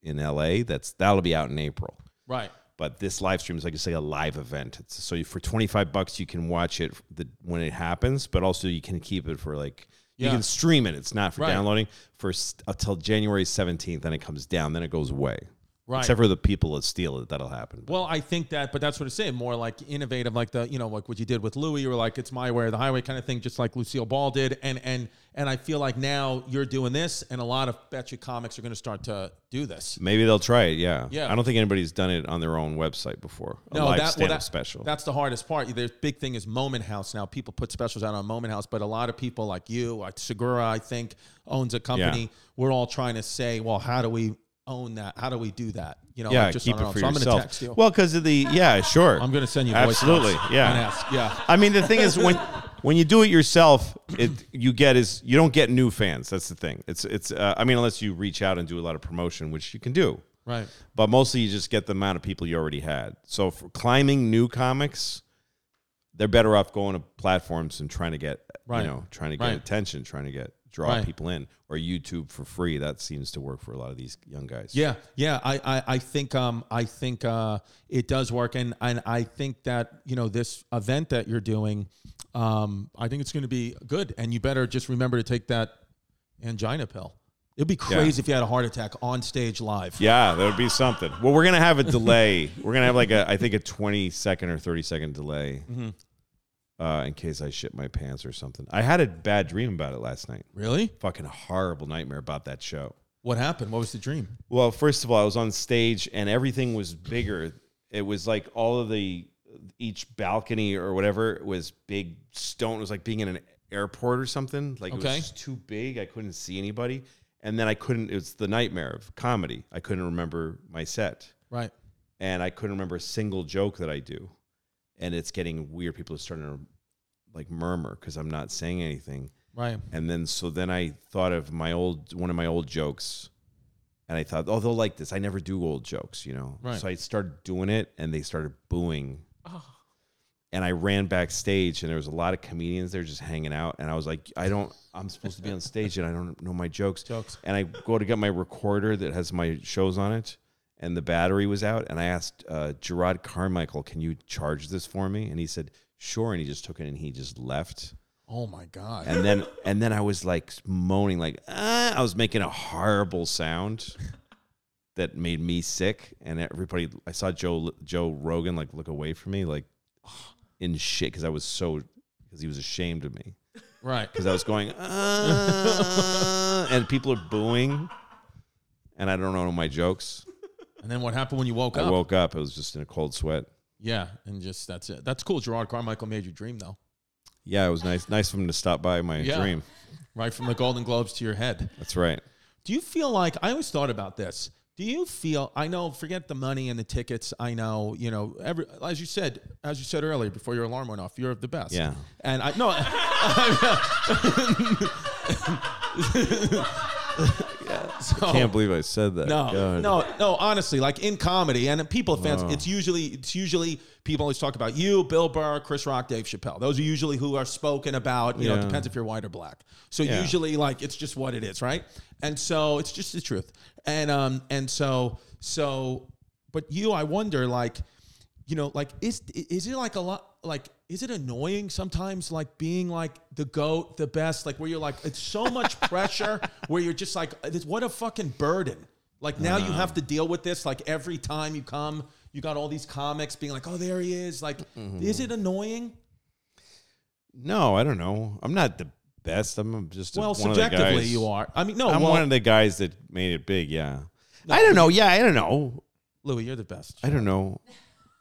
in L.A. That's that'll be out in April.
Right.
But this live stream is like you say a live event. It's, so you, for twenty five bucks, you can watch it the, when it happens, but also you can keep it for like
Yeah.
you can stream it. It's not for
Right.
downloading for s- until January seventeenth. Then it comes down. Then it goes away.
Right.
Except for the people that steal it, that'll happen.
Well, I think that, but that's what it's saying. More like innovative, like the you know, like what you did with Louis, or like it's my way or the highway kind of thing, just like Lucille Ball did. And and and I feel like now you're doing this, and a lot of bet you comics are going to start to do this.
Maybe they'll try it. Yeah.
Yeah.
I don't think anybody's done it on their own website before. A
No,
live
that, well,
stand-up
that-
special.
That's the hardest part. The big thing is Moment House now. People put specials out on Moment House, but a lot of people like you, like Segura, I think, owns a company.
Yeah.
We're all trying to say, well, how do we own that? How do we do that? You know,
yeah,
like just
keep
on our
it for
own. so I'm
yourself.
gonna text you.
Well, because of the yeah, sure.
I'm going to send you voice notes
absolutely. Yeah.
and ask. Yeah.
I mean, the thing is when when you do it yourself, it you get is you don't get new fans. That's the thing. It's it's. Uh, I mean, unless you reach out and do a lot of promotion, which you can do,
Right.
but mostly you just get the amount of people you already had. So for climbing new comics, they're better off going to platforms and trying to get
Right.
you know trying to get
Right.
attention, trying to get draw
Right.
people in or YouTube for free. That seems to work for a lot of these young guys.
Yeah, yeah. I, I, I think um I think uh it does work and, and I think that, you know, this event that you're doing, um, I think it's gonna be good. And you better just remember to take that angina pill. It'd be crazy if you had a heart attack on stage live.
Yeah, that would be something. Well, we're gonna have a delay. We're gonna have like a, I think a twenty second or thirty second delay, uh, in case I shit my pants or something. I had a bad dream about it last night.
Really?
Fucking horrible nightmare about that show.
What happened? What was the dream?
Well, first of all, I was on stage and everything was bigger. It was like all of the each balcony or whatever was big stone. It was like being in an airport or something. Like it
Okay.
was just too big. I couldn't see anybody. And then I couldn't. It was the nightmare of comedy. I couldn't remember my set
Right.
and I couldn't remember a single joke that I do. And it's getting weird. People are starting to like murmur because I'm not saying anything.
Right.
And then so then I thought of my old one of my old jokes, and I thought, oh, they'll like this. I never do old jokes, you know.
Right.
So I started doing it, and they started booing.
Oh.
And I ran backstage, and there was a lot of comedians there just hanging out. And I was like, I don't, I'm supposed to be on stage, and I don't know my jokes.
Jokes.
And I go to get my recorder that has my shows on it, and the battery was out. And I asked uh, Gerard Carmichael, "Can you charge this for me?" And he said, "Sure." And he just took it and he just left.
Oh my God.
And then and then I was like moaning, like ah, I was making a horrible sound that made me sick. And everybody, I saw Joe Joe Rogan like look away from me, like in shit, because I was so because he was ashamed of me
right.
because I was going ah, and people are booing, and I don't know my jokes.
And then what happened when you woke
I
up?
woke up, I was just in a cold sweat.
Yeah, and just that's it. That's cool. Gerard Carmichael made you dream though,
Yeah, it was nice. Nice of him to stop by my
Yeah.
dream.
right from the Golden Globes to your head.
That's right.
Do you feel like I always thought about this? Do you feel I know forget the money and the tickets. I know, you know, every as you said, as you said earlier before your alarm went off, you're the best.
Yeah.
And I no So-
Can't believe I said that.
Oh. no,
God.
no, no. Honestly, like in comedy and people fans, it's usually it's usually people always talk about you, Bill Burr, Chris Rock, Dave Chappelle. Those are usually who are spoken about. You know, it
Yeah.
depends if you're white or black. So
Yeah.
usually, like it's just what it is, right? And so it's just the truth. And um and so so, but you, I wonder, like, you know, like is is it like a lot like. Is it annoying sometimes, like being like the goat, the best, like where you're like it's so much pressure, where you're just like, it's- what a fucking burden. Like now
Uh-huh.
you have to deal with this. Like every time you come, you got all these comics being like, "Oh, there he is." Like,
Mm-hmm.
is it annoying?
No, I don't know. I'm not the best. I'm just
Well,
one of the
subjectively,
guys.
you are. I mean, no,
I'm
well,
one of the guys that made it big. Yeah. I don't know. Yeah, I don't know.
Louis, you're the best.
I don't know.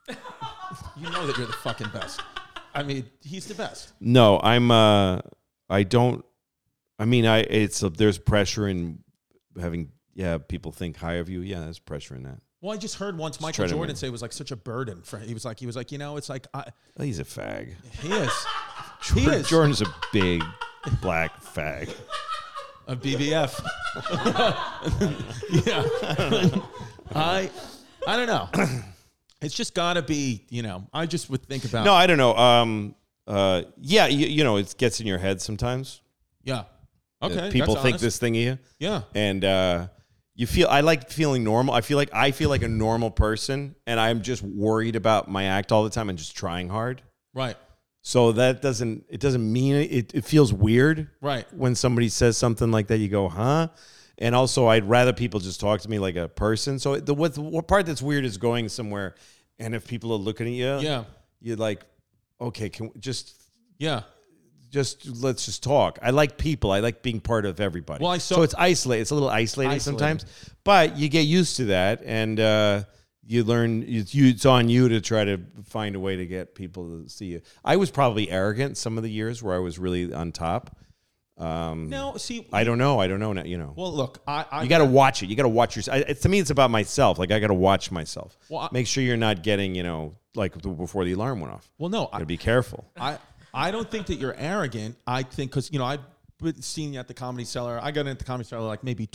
You know that you're the fucking best. I mean, he's the best.
No, I'm. uh I don't. I mean, I. It's there's pressure in having. Yeah, people think high of you. Yeah, there's pressure in that.
Well, I just heard once
try
Michael
to
Jordan
win.
say it was like such a burden for. He was like, he was like, you know, it's like I,
Oh, he's a fag.
he is, he is
Jordan's a big black fag.
a BBF. yeah, I, I don't know. It's just gotta be, you know. I just would think about.
No, I don't know. Um. Uh. Yeah. You, you know, it gets in your head sometimes.
Yeah. Okay.
People
that's
think
honest.
this thing of you.
Yeah.
and uh, you feel I like feeling normal. I feel like I feel like a normal person, and I'm just worried about my act all the time and just trying hard.
Right.
So that doesn't it doesn't mean it. It feels weird,
Right.
When somebody says something like that, you go, huh? And also, I'd rather people just talk to me like a person. So the what the what part that's weird is going somewhere, and if people are looking at you,
Yeah.
you're like, okay, can we just.
Yeah.
Just let's just talk. I like people. I like being part of everybody.
Well, I saw-
so it's isolated. It's a little isolating
Isolating.
sometimes, but you get used to that, and uh, you learn. It's, you, it's on you to try to find a way to get people to see you. I was probably arrogant some of the years where I was really on top. Um,
No, see,
I don't know. I don't know. Now, you know,
well, look, I, I
you got to watch it. You got to watch yourself. I- It's to me, it's about myself. Like I got to watch myself.
Well, I-
Make sure you're not getting, you know, like the- before the alarm went off.
well, no,
Got
I,
to be careful.
I, I don't think that you're arrogant. I think because you know I've been seeing you at the Comedy Cellar. I got into the Comedy Cellar like maybe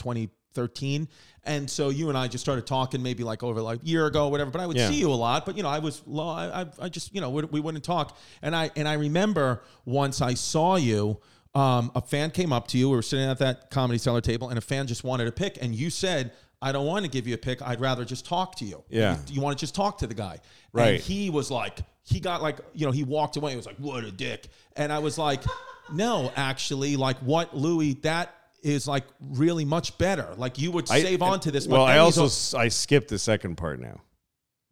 2013, and so you and I just started talking maybe like over like a year ago, or whatever. But I would
Yeah.
see you a lot. But you know I was low. I, I, I just you know we, we wouldn't talk. And I and I remember once I saw you. Um, a fan came up to you. We were sitting at that comedy cellar table, and a fan just wanted a pick. And you said, "I don't want to give you a pick. I'd rather just talk to you."
Yeah.
You, you want to just talk to the guy. And
Right.
he was like, he got like, you know, he walked away. He was like, what a dick. And I was like, no, actually, like what Louis, that is like really much better. Like you would
I-
save on to this.
Well,
but
I
then he's
also
al-
s- I skipped the second part now.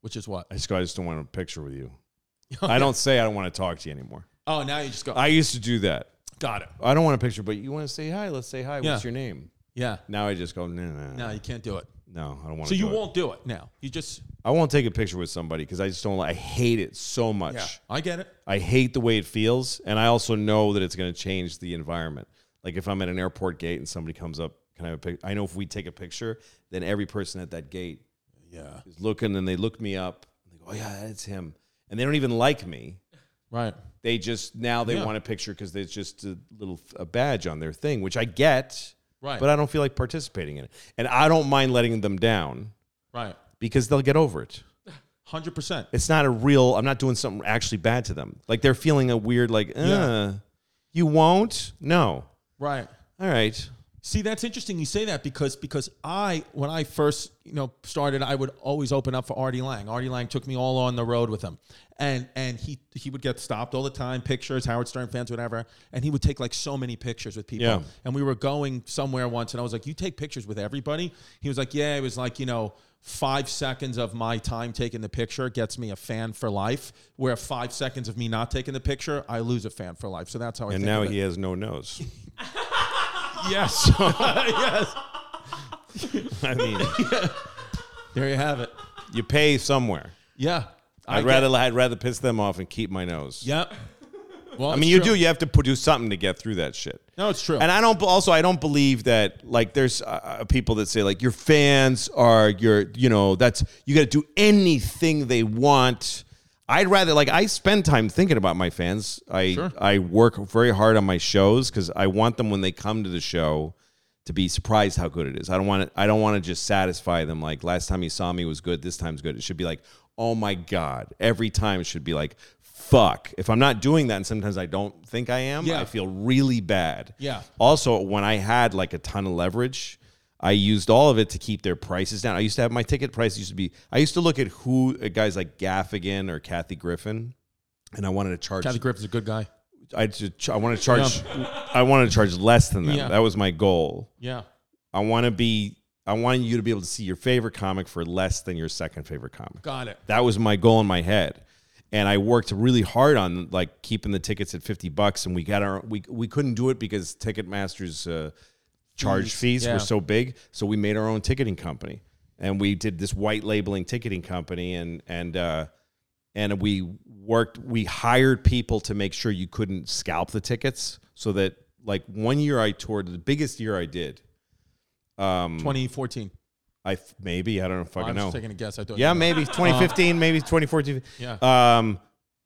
which is what?
I just, I just don't want a picture with you. I don't say I don't want to talk to you anymore.
Oh, now you just go,
I used to do that.
got it.
I don't want a picture, but you want to say hi. Let's say hi.
Yeah.
What's your name?
Yeah.
Now I just go no no no
No,
no.
you can't do it.
no I don't want.
So
to
you
do it.
won't do it now. You just,
I won't take a picture with somebody because I just don't. like I hate it so much.
yeah, I get it.
I hate the way it feels, and I also know that it's going to change the environment. Like if I'm at an airport gate and somebody comes up, can I have a pic? I know if we take a picture, then every person at that gate
Yeah.
is looking, and they look me up. And they go, oh yeah, that's him, and they don't even like me.
Right.
they just now they
Yeah.
want a picture because there's just a little a badge on their thing, which I get,
Right.
but I don't feel like participating in it, and I don't mind letting them down
Right.
because they'll get over it.
100%.
It's not a real. I'm not doing something actually bad to them. Like they're feeling a weird like, uh, you won't. No,
Right.
all right.
See, that's interesting you say that because because I when I first you know started, I would always open up for Artie Lang. Artie Lang took me all on the road with him, and and he he would get stopped all the time, pictures, Howard Stern fans, whatever, and he would take like so many pictures with people.
Yeah.
And we were going somewhere once, and I was like, "You take pictures with everybody." He was like, "Yeah." It was like you know. Five seconds of my time taking the picture gets me a fan for life. Where five seconds of me not taking the picture, I lose a fan for life. So that's how I.
And
think
now
of it.
he has no nose.
yes, yes.
I mean,
There you have it.
you pay somewhere.
Yeah. I
I'd
get-
rather I'd rather piss them off and keep my nose.
Yep. Well,
I mean, you do. You have to produce something to get through that shit.
No, it's true.
And I don't. Also, I don't believe that. Like, there's uh, uh, people that say like your fans are your. You know, that's you got to do anything they want. I'd rather like I spend time thinking about my fans. I
Sure.
I work very hard on my shows because I want them when they come to the show to be surprised how good it is. I don't want to. I don't want to just satisfy them. Like last time you saw me was good. This time's good. It should be like, oh my god. Every time it should be like, fuck. If I'm not doing that, and sometimes I don't think I am.
Yeah.
I feel really bad.
Yeah.
Also, when I had like a ton of leverage, I used all of it to keep their prices down. I used to have my ticket price used to be. I used to look at who uh, guys like Gaffigan or Kathy Griffin, and I wanted to charge.
Kathy Griffin's a good guy.
I just I want to charge. I want to charge less than them.
Yeah.
That was my goal.
Yeah.
I want to be. I want you to be able to see your favorite comic for less than your second favorite comic.
Got it.
That was my goal in my head, and I worked really hard on like keeping the tickets at fifty bucks. And we got our we we couldn't do it because Ticketmaster's uh, charge fees,
yeah.
were so big. So we made our own ticketing company, and we did this white labeling ticketing company, and and uh, and we worked we hired people to make sure you couldn't scalp the tickets, so that like one year I toured the biggest year I did. Um,
2014.
I th- maybe I don't
I
fucking
was
know.
just taking a guess. I thought.
Yeah, maybe 2015, maybe 2014.
Uh-huh. Yeah.
Um,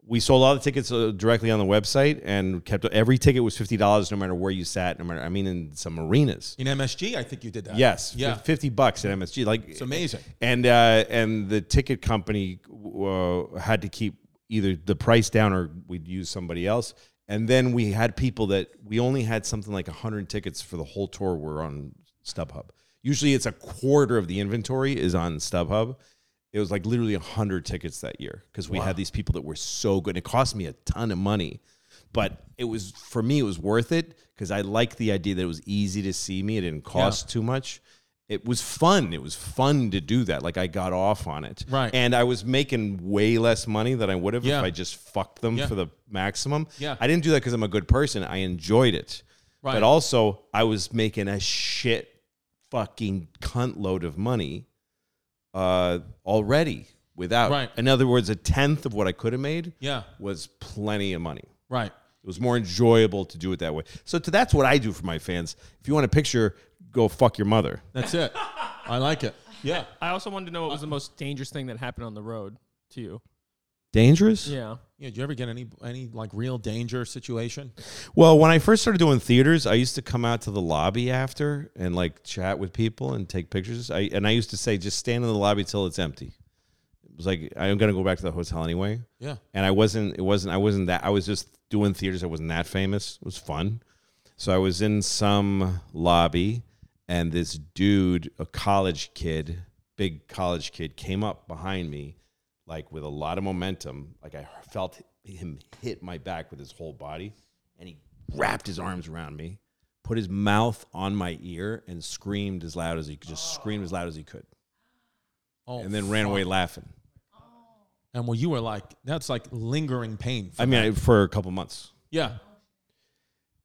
we sold all the tickets uh, directly on the website and kept every ticket was fifty dollars, no matter where you sat. No matter, I mean, in some arenas.
In MSG, I think you did that.
Yes,
Yeah.
fif- fifty bucks at MSG. Like
It's amazing.
and uh, and the ticket company uh, had to keep either the price down or we'd use somebody else. And then we had people that we only had something like hundred tickets for the whole tour were on StubHub. Usually, it's a quarter of the inventory is on StubHub. It was like literally hundred tickets that year because we had these people that were so good. And it cost me a ton of money, but it was for me it was worth it because I liked the idea that it was easy to see me. It didn't cost too much it was fun. It was fun to do that. Like I got off on it.
Right.
And I was making way less money than I would have
Yeah.
if I just fucked them
Yeah.
for the maximum.
Yeah.
I didn't do that because I'm a good person. I enjoyed it.
Right.
But also I was making a shit fucking cunt load of money uh already without
Right.
in other words, a tenth of what I could have made
Yeah.
was plenty of money.
Right.
It was more enjoyable to do it that way. So to, that's what I do for my fans. If you want a picture, go fuck your mother.
That's it. I like it. Yeah.
I also wanted to know what was the most dangerous thing that happened on the road to you.
Dangerous?
Yeah.
Yeah. Did you ever get any any like real danger situation?
Well, when I first started doing theaters, I used to come out to the lobby after and like chat with people and take pictures. I and I used to say just stand in the lobby till it's empty. It was like I'm gonna go back to the hotel anyway.
Yeah.
And I wasn't. It wasn't. I wasn't that. I was just doing theaters. I wasn't that famous. It was fun. So I was in some lobby, and this dude, a college kid, big college kid, came up behind me, like with a lot of momentum. Like I felt him hit my back with his whole body, and he wrapped his arms around me, put his mouth on my ear, and screamed as loud as he could. Just screamed as loud as he could,
Oh.
and then ran away laughing.
And well, you were like, that's like lingering pain.
I mean, I- for a couple months.
yeah.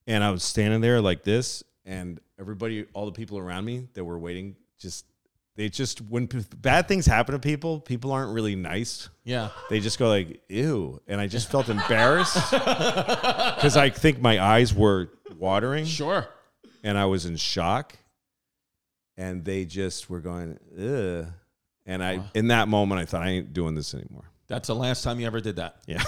and I was standing there like this, and everybody, all the people around me that were waiting, just they just when p- bad things happen to people, people aren't really nice.
Yeah.
They just go like "ew," and I just felt embarrassed because I think my eyes were watering
Sure.
and I was in shock. And they just were going "ugh," and I in that moment I thought I ain't doing this anymore.
That's the last time you ever did that.
Yeah,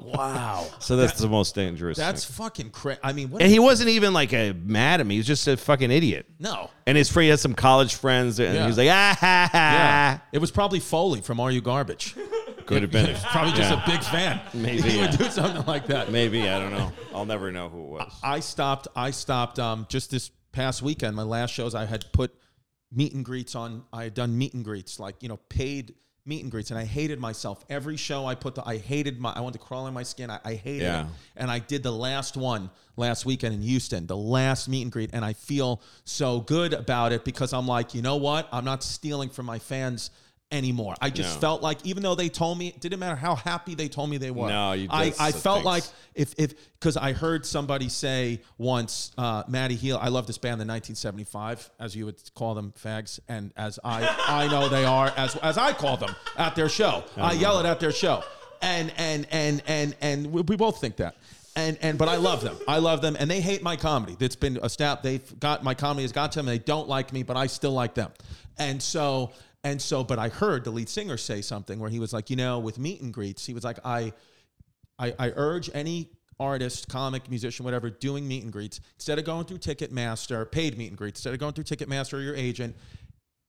Wow.
so that's the most dangerous.
That's
thing.
fucking crazy. I mean, what?
and he wasn't even like a mad at me. He was just a fucking idiot.
no.
And his friend he had some college friends, and
Yeah.
he was like, ah, ha,
Yeah.
ha.
It was probably Foley from Are You Garbage.
Could have been.
Probably just
Yeah.
a big fan.
Maybe,
he would
yeah.
do something like that.
Maybe, I don't know. I'll never know who it was.
I stopped. I stopped um, just this past weekend. My last shows, I had put meet and greets on. I had done meet and greets, like you know, paid meet and greets, and I hated myself. Every show I put, the, I hated my. I wanted to crawl in my skin. I, I hated
Yeah.
it. And I did the last one last weekend in Houston, the last meet and greet, and I feel so good about it because I'm like, you know what? I'm not stealing from my fans anymore. I just
No.
felt like even though they told me, it didn't matter how happy they told me they were.
No, you-
I,
that's
I
the
felt
things.
like if if because I heard somebody say once, uh, Matty Heel, I love this band, the 1975, as you would call them, fags, and as I I know they are, as as I call them at their show, I yell it at their show, and and and and and we, we both think that. And, and but I love them. I love them, and they hate my comedy. That's been a stat. They've got my comedy has got to them. They don't like me, but I still like them. And so and so, but I heard the lead singer say something where he was like, you know, with meet and greets, he was like, I I, I urge any artist, comic, musician, whatever, doing meet and greets, instead of going through Ticketmaster, paid meet and greets, instead of going through Ticketmaster or your agent,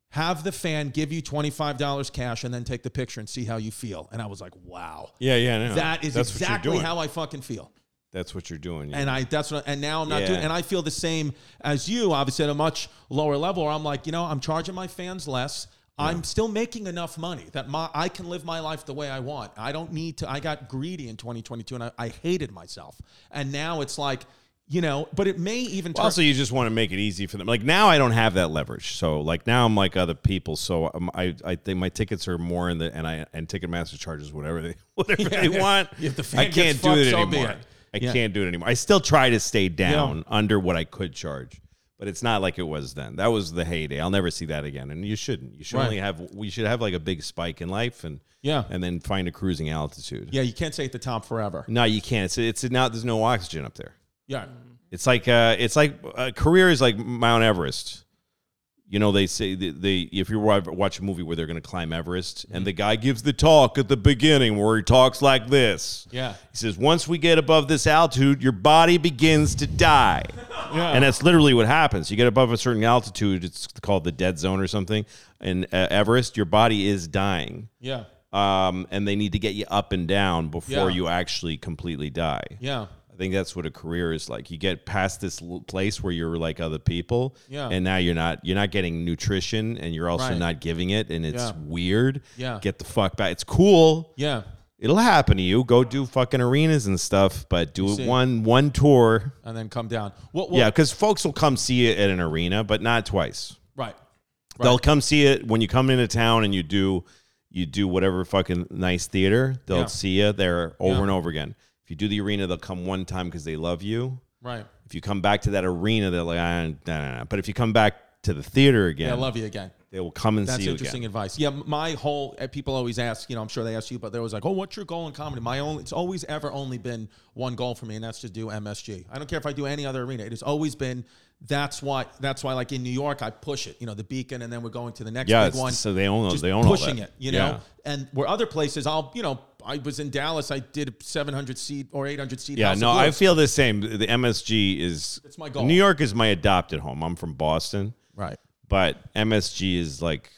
have the fan give you $25 cash and then take the picture and see how you feel. And I was like, wow.
Yeah, yeah, no.
That is
That's what you're
exactly
doing.
how I fucking feel.
That's what you're doing. yeah.
And I that's what and now I'm not
Yeah.
doing and I feel the same as you, obviously at a much lower level where I'm like, you know, I'm charging my fans less. I'm still making enough money that my I can live my life the way I want. I don't need to I got greedy in 2022 and I, I hated myself. And now it's like, you know, but it may even turn
also, you just want to make it easy for them. Like now, I don't have that leverage. So like now, I'm like other people. So um, I I think my tickets are more in the and I and Ticketmaster charges whatever they whatever they want.
If the fan
I can't
gets
do it
fucked, so be
anymore.
it.
I
Yeah.
can't do it anymore. I still try to stay down under what I could charge, but it's not like it was then. That was the heyday. I'll never see that again. And you shouldn't. You should
Right.
only have. We should have like a big spike in life and
Yeah.
and then find a cruising altitude.
Yeah, you can't stay at the top forever.
No, you can't. It's it's now. There's no oxygen up there.
Yeah.
It's like uh, it's like a career is like Mount Everest. You know, they say they, they if you wa- watch a movie where they're going to climb Everest,
Mm-hmm.
and the guy gives the talk at the beginning where he talks like this.
Yeah.
He says, "Once we get above this altitude, your body begins to die." And that's literally what happens. You get above a certain altitude, it's called the dead zone or something. And uh, Everest, your body is dying.
Yeah.
Um, and they need to get you up and down before
Yeah.
you actually completely die.
Yeah.
I think that's what a career is like. You get past this l- place where you're like other people,
Yeah.
and now you're not. You're not getting nutrition, and you're also
Right.
not giving it, and it's
Yeah.
weird.
Yeah.
get the fuck back. It's cool.
Yeah.
It'll happen to you. Go do fucking arenas and stuff, but do
see.
it one one tour.
And then come down. What, what
Yeah, because folks will come see it at an arena, but not twice.
right.
They'll come see it when you come into town and you do you do whatever fucking nice theater. They'll
Yeah.
see you there over
Yeah.
and over again. If you do the arena, they'll come one time because they love you
Right.
if you come back to that arena, they're like, ah, nah, nah, nah. but if you come back to the theater again,
Yeah, I love you again.
they will come and
That's
see you
interesting
again.
advice. Yeah, m- my whole uh, people always ask. You know, I'm sure they ask you, but they're always like, "Oh, what's your goal in comedy?" My only it's always ever only been one goal for me, and that's to do MSG. I don't care if I do any other arena. It has always been. That's why. That's why, like in New York, I push it. You know, the Beacon, and then we're going to the next
Yeah,
big one.
it's- so they own
Just
they own
pushing
all that.
it. You
Yeah.
know, and where other places, I'll you know, I was in Dallas. I did a 700 seat or 800 seat.
Yeah,
House of
no, I
Blues.
feel the same. The MSG is
It's my goal.
New York is my adopted home. I'm from Boston,
right.
but MSG is like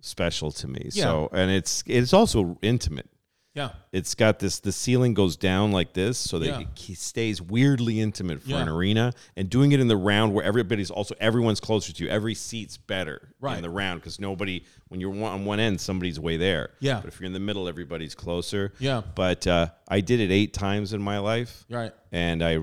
special to me.
Yeah.
So, and it's it's also intimate.
Yeah,
It's got this. The ceiling goes down like this, so that
Yeah.
it ke- stays weirdly intimate for
Yeah.
an arena. And doing it in the round where everybody's also everyone's closer to you. Every seat's better
Right.
in the round because nobody. When you're one, on one end, somebody's way there.
Yeah.
But if you're in the middle, everybody's closer.
Yeah.
But uh, I did it eight times in my life,
you're right.
and I.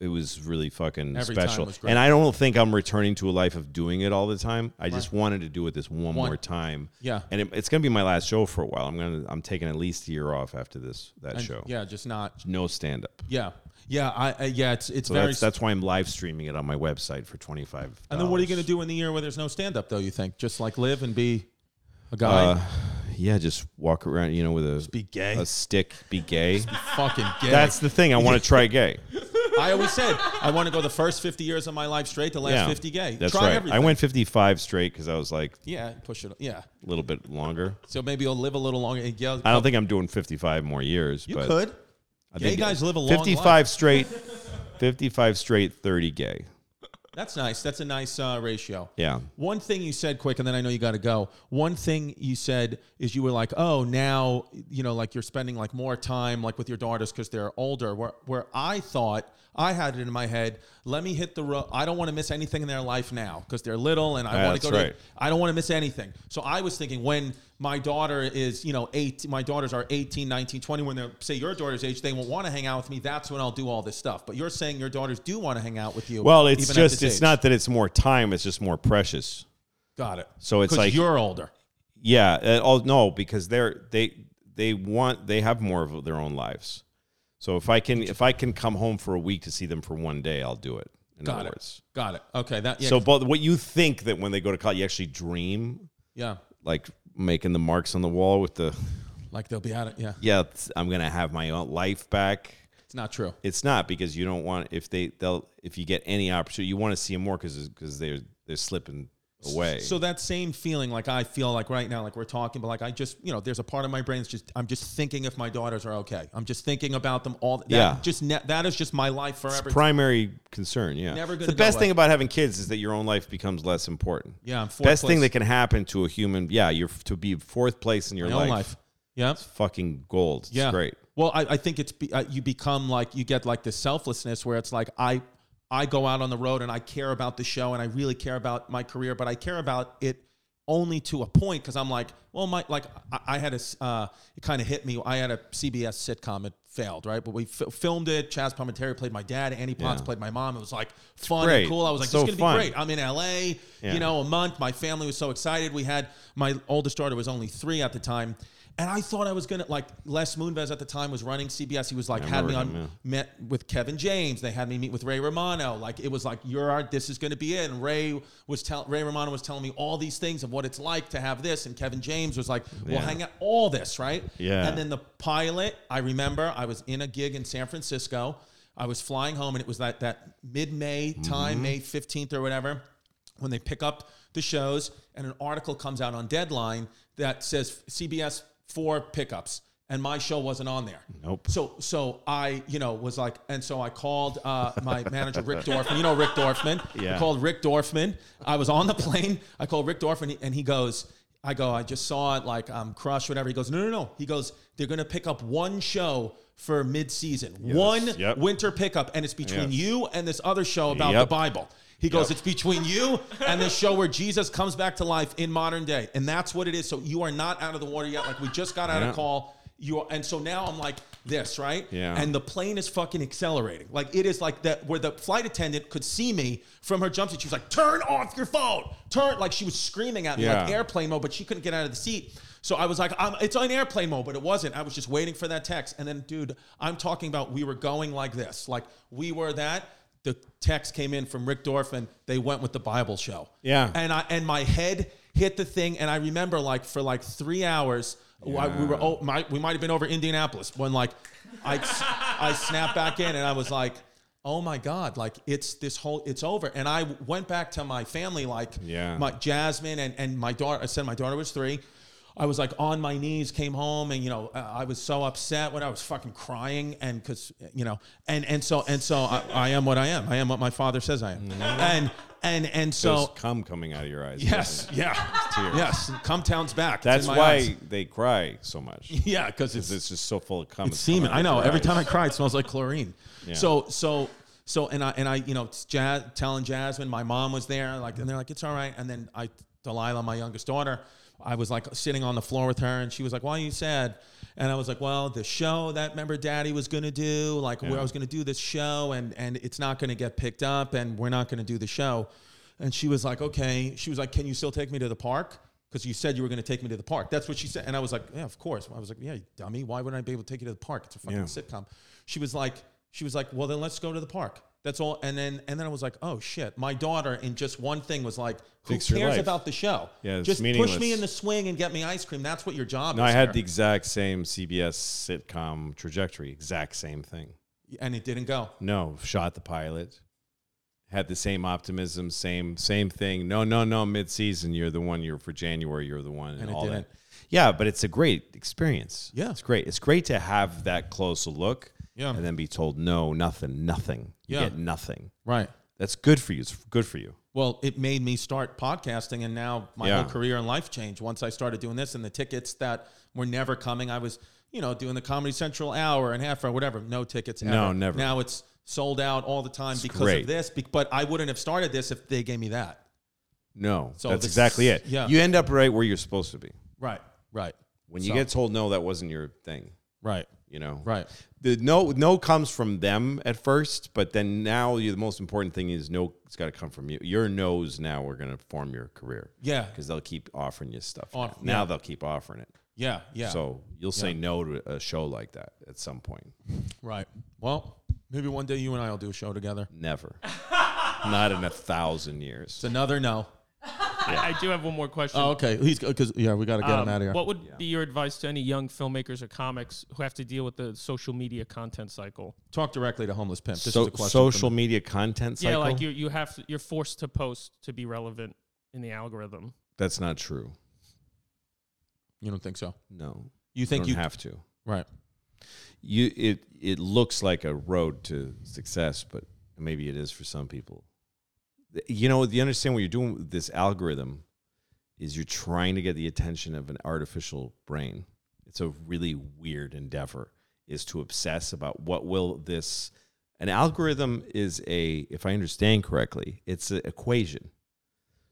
It was really fucking
Every time
special,
was great.
and I don't think I'm returning to a life of doing it all the time. I just wanted to do it this one,
One.
more time,
Yeah.
and it, it's gonna be my last show for a while. I'm gonna I'm taking at least a year off after this that
And,
show.
Yeah, just not.
No stand up.
Yeah, yeah, I, I yeah. It's it's
So
very.
that's that's why I'm live streaming it on my website for twenty five.
And then what are you going to do in the year where there's no stand up though? You think just like live and be a guy,
Uh, yeah, just walk around, you know, with a
be gay,
a stick, be gay.
fucking gay.
That's the thing. I want to try gay.
I always said I want to go the first 50 years of my life straight, the last
Yeah,
50 gay.
That's
Try
right.
everything.
I went fifty five straight because I was like
yeah, push it. Yeah,
a little bit longer.
so maybe you'll live a little longer. And yell,
I don't think I'm doing fifty five more years.
you
but
could.
I
Gay
think
guys live a long
fifty
life.
five straight, fifty five straight, thirty gay.
That's nice. That's a nice uh, ratio.
Yeah.
One thing you said quick, and then I know you got to go. One thing you said is you were like, "Oh, now you know, like you're spending like more time like with your daughters because they're older." Where where I thought I had it in my head, let me hit the road. I don't want to miss anything in their life now because they're little, and I
Yeah,
want to
that's
go.
right.
To, I don't want to miss anything. So I was thinking when my daughter is, you know, eight, my daughters are 18, 19, 20, when they're, say, your daughter's age, they won't want to hang out with me. That's when I'll do all this stuff. But you're saying your daughters do want to hang out with you.
Well, it's
even at
just
this
it's
age.
not that it's more time. It's just more precious.
Got it.
So it's
'Cause
like-
you're older.
yeah, uh, oh no, because they're they they want they have more of their own lives. So if I can if I can come home for a week to see them for one day, I'll do it. In
Got
other
it.
words,
Got it. Okay. That. Yeah.
so but what you think that when they go to college, you actually dream
yeah.
like making the marks on the wall with the
Like they'll be out. of Yeah.
yeah, it's- I'm gonna have my own life back.
It's not true.
It's not because you don't want if they they'll if you get any opportunity, you want to see them more because because they're they're slipping away.
So that same feeling, like I feel like right now, like we're talking, but like I just, you know, there's a part of my brain that's just, I'm just thinking if my daughters are okay. I'm just thinking about them all. That,
Yeah.
Just ne- that is just my life forever.
primary concern. Yeah,
Never
It's
gonna
the best
go
thing
away.
about having kids is that your own life becomes less important.
yeah. I'm fourth
best
place.
thing that can happen to a human. Yeah, you're to be fourth place in your
my
life.
own life. Yeah.
Fucking gold. It's
Yeah.
great.
Well, I, I think it's be, uh, you become like you get like this selflessness where it's like I I go out on the road and I care about the show and I really care about my career, but I care about it only to a point because I'm like, well, my like I, I had a s- uh, it kind of hit me. I had a CBS sitcom. It failed, right? But we fi- filmed it. Chaz Palminteri played my dad. Annie Potts
Yeah.
played my mom. It was like fun
great.
and cool. I was like,
So
this is gonna
fun.
be great. I'm in LA,
Yeah.
you know, a month. My family was so excited. We had my oldest daughter was only three at the time, and I thought I was gonna like Les Moonves at the time was running CBS. He was like
I
had me on
remember him,
met with Kevin James. They had me meet with Ray Romano. Like it was like you're our, this is gonna be it. And Ray was tell Ray Romano was telling me all these things of what it's like to have this, and Kevin James was like, we'll
Yeah.
hang out all this right.
Yeah.
And then the pilot, I remember I was in a gig in San Francisco. I was flying home and it was that, that mid May
Mm-hmm.
time, May 15th or whatever, when they pick up the shows and an article comes out on Deadline that says CBS four pickups. And my show wasn't on there.
Nope.
So, so I, you know, was like, and so I called uh, my manager Rick Dorfman. You know Rick Dorfman.
Yeah.
I called Rick Dorfman. I was on the plane. I called Rick Dorfman, and he goes, I go, I just saw it, like I'm crushed, whatever. He goes, no, no, no. He goes, they're going to pick up one show for mid-season, one
Yep.
winter pickup, and it's between
Yes.
you and this other show about
Yep.
the Bible. He goes,
Yep.
it's between you and the show where Jesus comes back to life in modern day, and that's what it is. So you are not out of the water yet. Like we just got out
Yeah.
of call. You are, and so now I'm like this, right?
Yeah.
And the plane is fucking accelerating. Like it is like that where the flight attendant could see me from her jumpsuit. She was like, "Turn off your phone! Turn!" Like she was screaming at me, like
Yeah.
airplane mode, but she couldn't get out of the seat. So I was like, I'm, "It's on airplane mode," but it wasn't. I was just waiting for that text. And then, dude, I'm talking about we were going like this, like we were that. The text came in from Rick Dorfman. They went with the Bible show.
Yeah.
And I and my head hit the thing, and I remember like for like three hours. I- we were oh my, we might have been over Indianapolis when like I I snapped back in and I was like oh my god like it's this whole it's over and I went back to my family like
Yeah.
my Jasmine and and my daughter I said my daughter was three I was like on my knees came home and you know uh, I I was so upset when I was fucking crying and because you know and and so and so I, I am what I am I am what my father says I
Mm-hmm.
am and and and
There's
so
cum coming out of your eyes.
Yes. Yeah. Yes. Come town's back. It's
That's
in my
why
eyes.
they cry so much.
Yeah, because it's,
'Cause It's just so full of cum.
it's semen.
coming
I
out
know.
of
Every
your
time I
eyes.
cry, it smells like chlorine. So so so and I and I you know it's Jaz, telling Jasmine my mom was there like and they're like it's all right and then I Delilah my youngest daughter I was like sitting on the floor with her and she was like why are you sad and I was like well the show that remember Daddy was gonna do like where I was gonna do this show and and it's not gonna get picked up and we're not gonna do the show and she was like okay she was like can you still take me to the park because you said you were going to take me to the park. That's what she said. And I was like, yeah, of course. I was like, yeah, you dummy. Why wouldn't I be able to take you to the park? It's a fucking
Yeah.
sitcom. She was like, she was like, well, then let's go to the park. That's all. And then, and then I was like, oh shit. My daughter in just one thing was like, who
Fix your
cares
life.
about the show?
Yeah, it's
just push me
meaningless.
in the swing and get me ice cream. That's what your job
No,
is.
I had the
here.
exact same CBS sitcom trajectory. Exact same thing.
and it didn't go.
No, shot the pilot. Had the same optimism, same same thing. No, no, no. Mid season, you're the one. You're for January. You're the one, and,
And it
all that.
didn't.
Yeah, but it's a great experience.
Yeah.
it's great. It's great to have that close a look.
Yeah.
and then be told no, nothing, nothing. You
Yeah.
get nothing.
Right.
That's good for you. It's good for you.
Well, it made me start podcasting, and now my
Yeah.
whole career and life changed once I started doing this. And the tickets that were never coming, I was, you know, doing the Comedy Central hour and half hour, whatever. No tickets. Ever.
No, never.
Now it's sold out all the time because
great.
of this. be- But I wouldn't have started this if they gave me that.
No,
So
that's
this-
exactly it.
yeah.
you end up right where you're supposed to be.
Right. Right.
When you
So-
get told no, that wasn't your thing.
Right.
You You know,
Right.
The no no comes from them at first, but then now you, the most important thing is no. It's got to come from you. Your no's now are going to form your career.
Yeah.
because they'll keep offering you stuff.
Off-
now. Now
yeah.
they'll keep offering it.
Yeah. Yeah.
So you'll say no to a show like that at some point.
Right. Well, maybe one day you and I will do a show together.
Never. Not in a thousand years.
It's another no.
I, I do have one more question.
Oh, okay. He's because yeah, we got to get him
Um,
out of here.
What would be your advice to any young filmmakers or comics who have to deal with the social media content cycle?
Talk directly to homeless pimp. This
So,
is a question.
social
from-
media content cycle.
Yeah, like you you have to, you're forced to post to be relevant in the algorithm.
That's not true.
you don't think so?
No,
You
you
think
don't
you
have to.
right?
You it it looks like a road to success, but maybe it is for some people. Th- You know, you understand what you're doing with this algorithm is you're trying to get the attention of an artificial brain. It's a really weird endeavor is to obsess about what will this an algorithm is a if I understand correctly, it's an equation.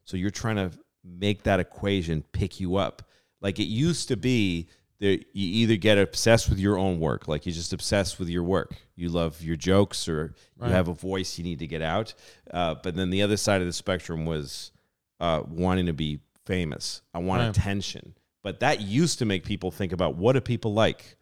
So you're trying to make that equation pick you up. Like it used to be that you either get obsessed with your own work, like you're just obsessed with your work. You love your jokes or you have a voice you need to get out. Uh, but then the other side of the spectrum was uh, wanting to be famous. I want
Right.
attention. But that used to make people think about what do people like?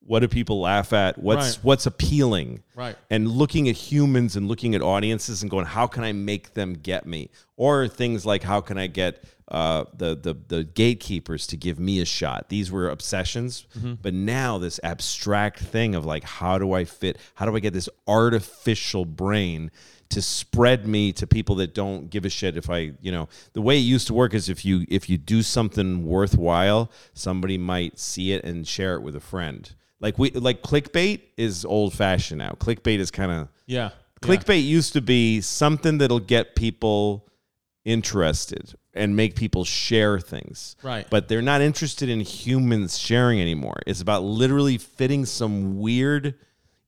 What do people laugh at? What's
Right.
what's appealing?
Right.
and looking at humans and looking at audiences and going, how can I make them get me? Or things like, how can I get uh, the, the the gatekeepers to give me a shot? These were obsessions,
Mm-hmm.
but now this abstract thing of like, how do I fit? How do I get this artificial brain to spread me to people that don't give a shit if I, you know, the way it used to work is if you if you do something worthwhile, somebody might see it and share it with a friend. Like we like clickbait is old fashioned now. Clickbait is kind of
Yeah.
clickbait used to be something that'll get people interested and make people share things.
Right.
But they're not interested in humans sharing anymore. It's about literally fitting some weird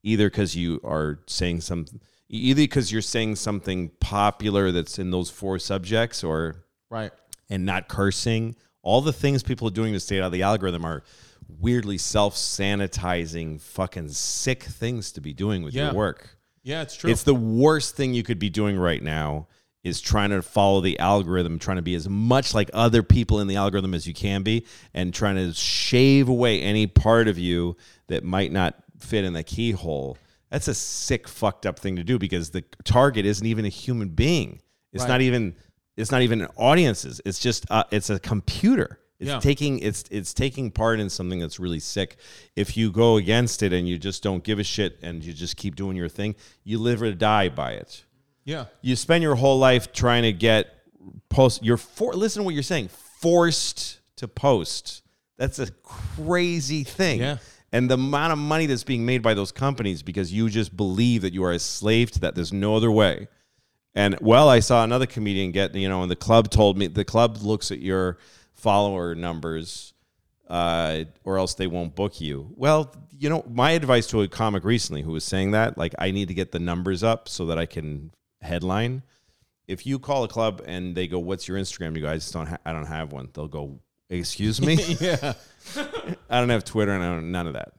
either cuz you are saying some e-, either cuz you're saying something popular that's in those four subjects or
Right.
and not cursing. All the things people are doing to stay out of the algorithm are weirdly self sanitizing, fucking sick things to be doing with
Yeah.
your work.
Yeah, it's true.
It's the worst thing you could be doing right now is trying to follow the algorithm, trying to be as much like other people in the algorithm as you can be, and trying to shave away any part of you that might not fit in the keyhole. That's a sick, fucked up thing to do because the target isn't even a human being. It's
Right.
not even. It's not even audiences. It's just. Uh, it's a computer. It's
Yeah.
taking it's it's taking part in something that's really sick. If you go against it and you just don't give a shit and you just keep doing your thing, you live or die by it.
yeah.
You spend your whole life trying to get post you're for listen to what you're saying, forced to post. That's a crazy thing.
Yeah.
And the amount of money that's being made by those companies because you just believe that you are a slave to that. There's no other way. And well, I saw another comedian get, you know, and the club told me the club looks at your follower numbers uh, or else they won't book you. Well, you know, my advice to a comic recently who was saying that, like, I need to get the numbers up so that I can headline. If you call a club and they go, "What's your Instagram?" You guys don't. Ha- I don't have one. They'll go, "Excuse me,
Yeah.
I don't have Twitter and I don't, none of that."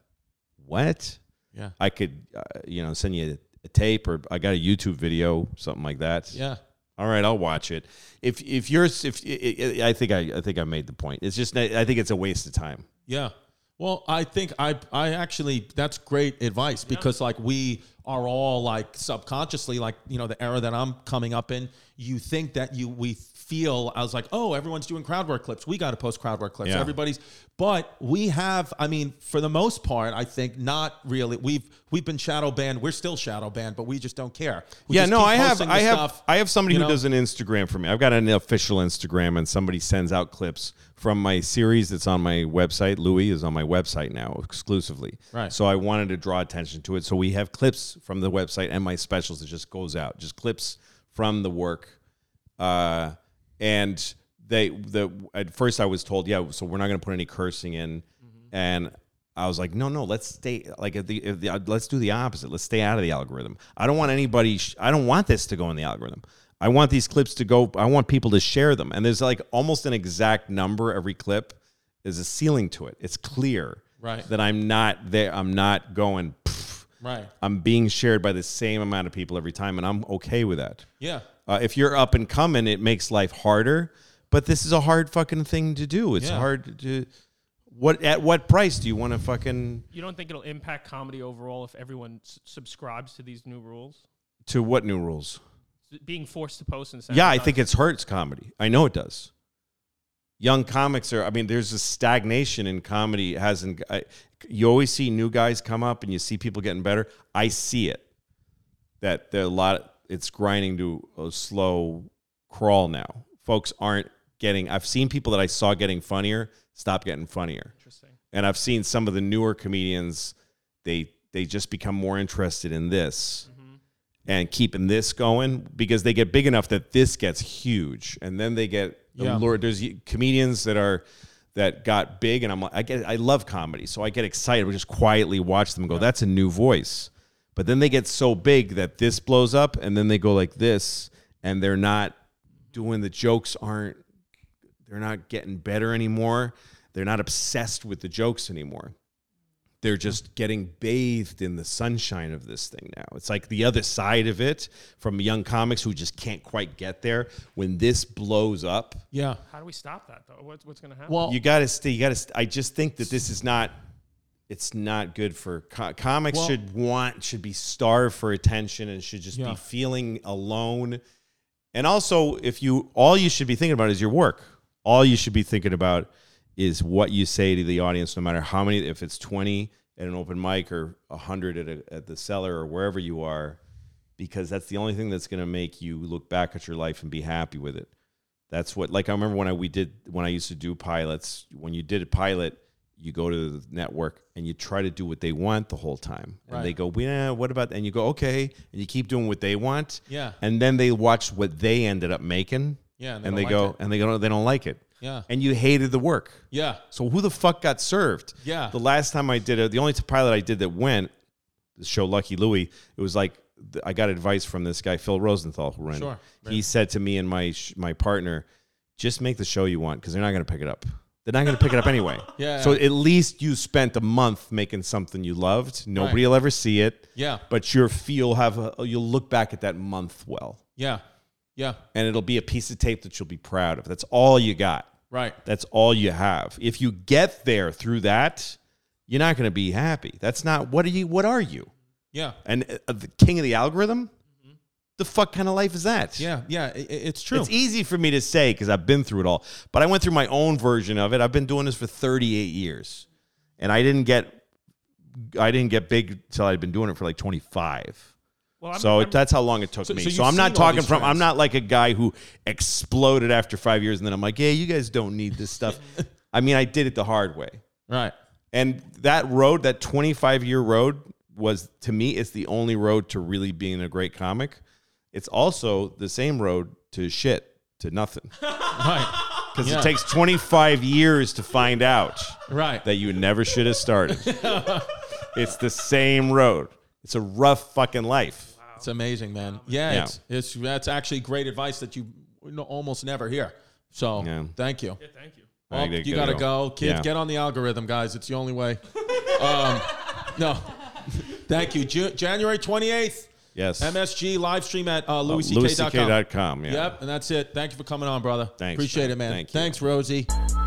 What?
Yeah.
I could, uh, you know, send you a, a tape or I got a YouTube video, something like that.
Yeah.
All right, I'll watch it. If if you're if i i I think I I think I made the point. It's just I think it's a waste of time.
Yeah. Well, I think I I actually that's great advice because like we are all like subconsciously like you know the era that I'm coming up in, you think that you we feel I was like, "Oh, everyone's doing crowd work clips. We got to post crowd work clips."
Yeah.
Everybody's but we have I mean, for the most part, I think not really. We've we've been shadow banned. We're still shadow banned, but we just don't care. We
yeah,
just
no,
keep
I have,
posting the
I have,
stuff,
I have somebody
you
who
know?
does an Instagram for me. I've got an official Instagram, and somebody sends out clips from my series that's on my website. Louis is on my website now exclusively.
Right.
So I wanted to draw attention to it. So we have clips from the website and my specials. It just goes out, just clips from the work. Uh, and they the at first I was told, yeah, so we're not going to put any cursing in,
Mm-hmm.
and I was like, no, no, let's stay like if the, if the, uh, let's do the opposite. Let's stay out of the algorithm. I don't want anybody. Sh- I don't want this to go in the algorithm. I want these clips to go. I want people to share them. And there's like almost an exact number every clip. There's a ceiling to it. It's clear.
Right.
that I'm not there. I'm not going. "Pff."
Right.
I'm being shared by the same amount of people every time, and I'm okay with that.
Yeah.
Uh, if you're up and coming, it makes life harder. But this is a hard fucking thing to do. It's
Yeah.
hard to. What at what price do you want to fucking
You don't think it'll impact comedy overall if everyone s- subscribes to these new rules?
to what new rules?
S- Being forced to post and "Oh
Yeah, I think it's hurts comedy. I know it does. Young comics are. I mean, there's a stagnation in comedy. It hasn't I, you always see new guys come up and you see people getting better? I see it. That there are a lot. It's grinding to a slow crawl now. Folks aren't getting. I've seen people that I saw getting funnier stop getting funnier.
interesting.
and I've seen some of the newer comedians they they just become more interested in this and keeping this going because they get big enough that this gets huge and then they get
Yeah.
lured. There's comedians that are that got big and I'm like I get I love comedy so I get excited. We just quietly watch them go. That's a new voice. But then they get so big that this blows up and then they go like this and they're not doing the jokes aren't they're not getting better anymore. They're not obsessed with the jokes anymore. They're just getting bathed in the sunshine of this thing now. It's like the other side of it from young comics who just can't quite get there. When this blows up,
Yeah.
How do we stop that though? What's what's going to happen?
Well,
you gotta stay. You gotta. St- I just think that this is not. It's not good for co- comics.
Well-
should want should be starved for attention and should just
Yeah.
be feeling alone. And also, if you all you should be thinking about is your work. All you should be thinking about is what you say to the audience, no matter how many. If it's twenty at an open mic or hundred at a, at the cellar or wherever you are, because that's the only thing that's going to make you look back at your life and be happy with it. That's what like I remember when I we did when I used to do pilots. When you did a pilot, you go to the network and you try to do what they want the whole time,
Right.
and they go, "We nah, what about?" And you go, "Okay," and you keep doing what they want,
yeah.
and then they watch what they ended up making,
Yeah.
and they
don't
go
like it.
and they go, "They don't like it,"
yeah.
and you hated the work.
Yeah.
So who the fuck got served?
Yeah.
The last time I did it, the only pilot I did that went, the show Lucky Louie, it was like th- I got advice from this guy Phil Rosenthal who ran. it.
Sure.
He said to me and my sh- my partner, just make the show you want because they're not going to pick it up. They're not going to pick it up anyway.
Yeah.
So at least you spent a month making something you loved. Nobody will ever see it,
Yeah.
but your feel have a, you'll look back at that month well,
Yeah. Yeah.
and it'll be a piece of tape that you'll be proud of. That's all you got.
Right.
That's all you have. If you get there through that, you're not going to be happy. That's not what are you? What are you?
Yeah.
And uh, the king of the algorithm? The fuck kind of life is that?
Yeah. Yeah. I- I- it's true.
It's e- easy for me to say because I've been through it all, but I went through my own version of it. I've been doing this for 38 years, and I didn't get, I didn't get big till I'd been doing it for like 25
well, I'm,
so
I'm-
that's how long it took
So-
me.
so
So,
you've
I'm
seen
not
all
talking
these
from. I'm
trends.
not like a guy who exploded after five years and then I'm like, yeah, you guys don't need this stuff. I mean, I did it the hard way,
right.
and that road, that 25 year road, was to me, it's the only road to really being a great comic. It's also the same road to shit, to nothing,
Right.
because
Yeah.
it takes 25 years to find out
Right.
that you never should have started. it's the same road. It's a rough fucking life.
It's amazing, man. Yeah,
Yeah.
It's, it's that's actually great advice that you n- almost never hear. So
Yeah.
thank you.
yeah, thank you.
Well,
think
you
gotta
gotta go,
go.
kids.
Yeah.
Get on the algorithm, guys. It's the only way. um, no, thank you. Ju- January twenty eighth,
Yes.
MSG live stream at uh, louisck.com.
LouisCK.com. Yeah.
Yep, and that's it. Thank you for coming on, brother.
Thanks,
appreciate
man.
it, man.
Thank you.
Thanks, Rosie.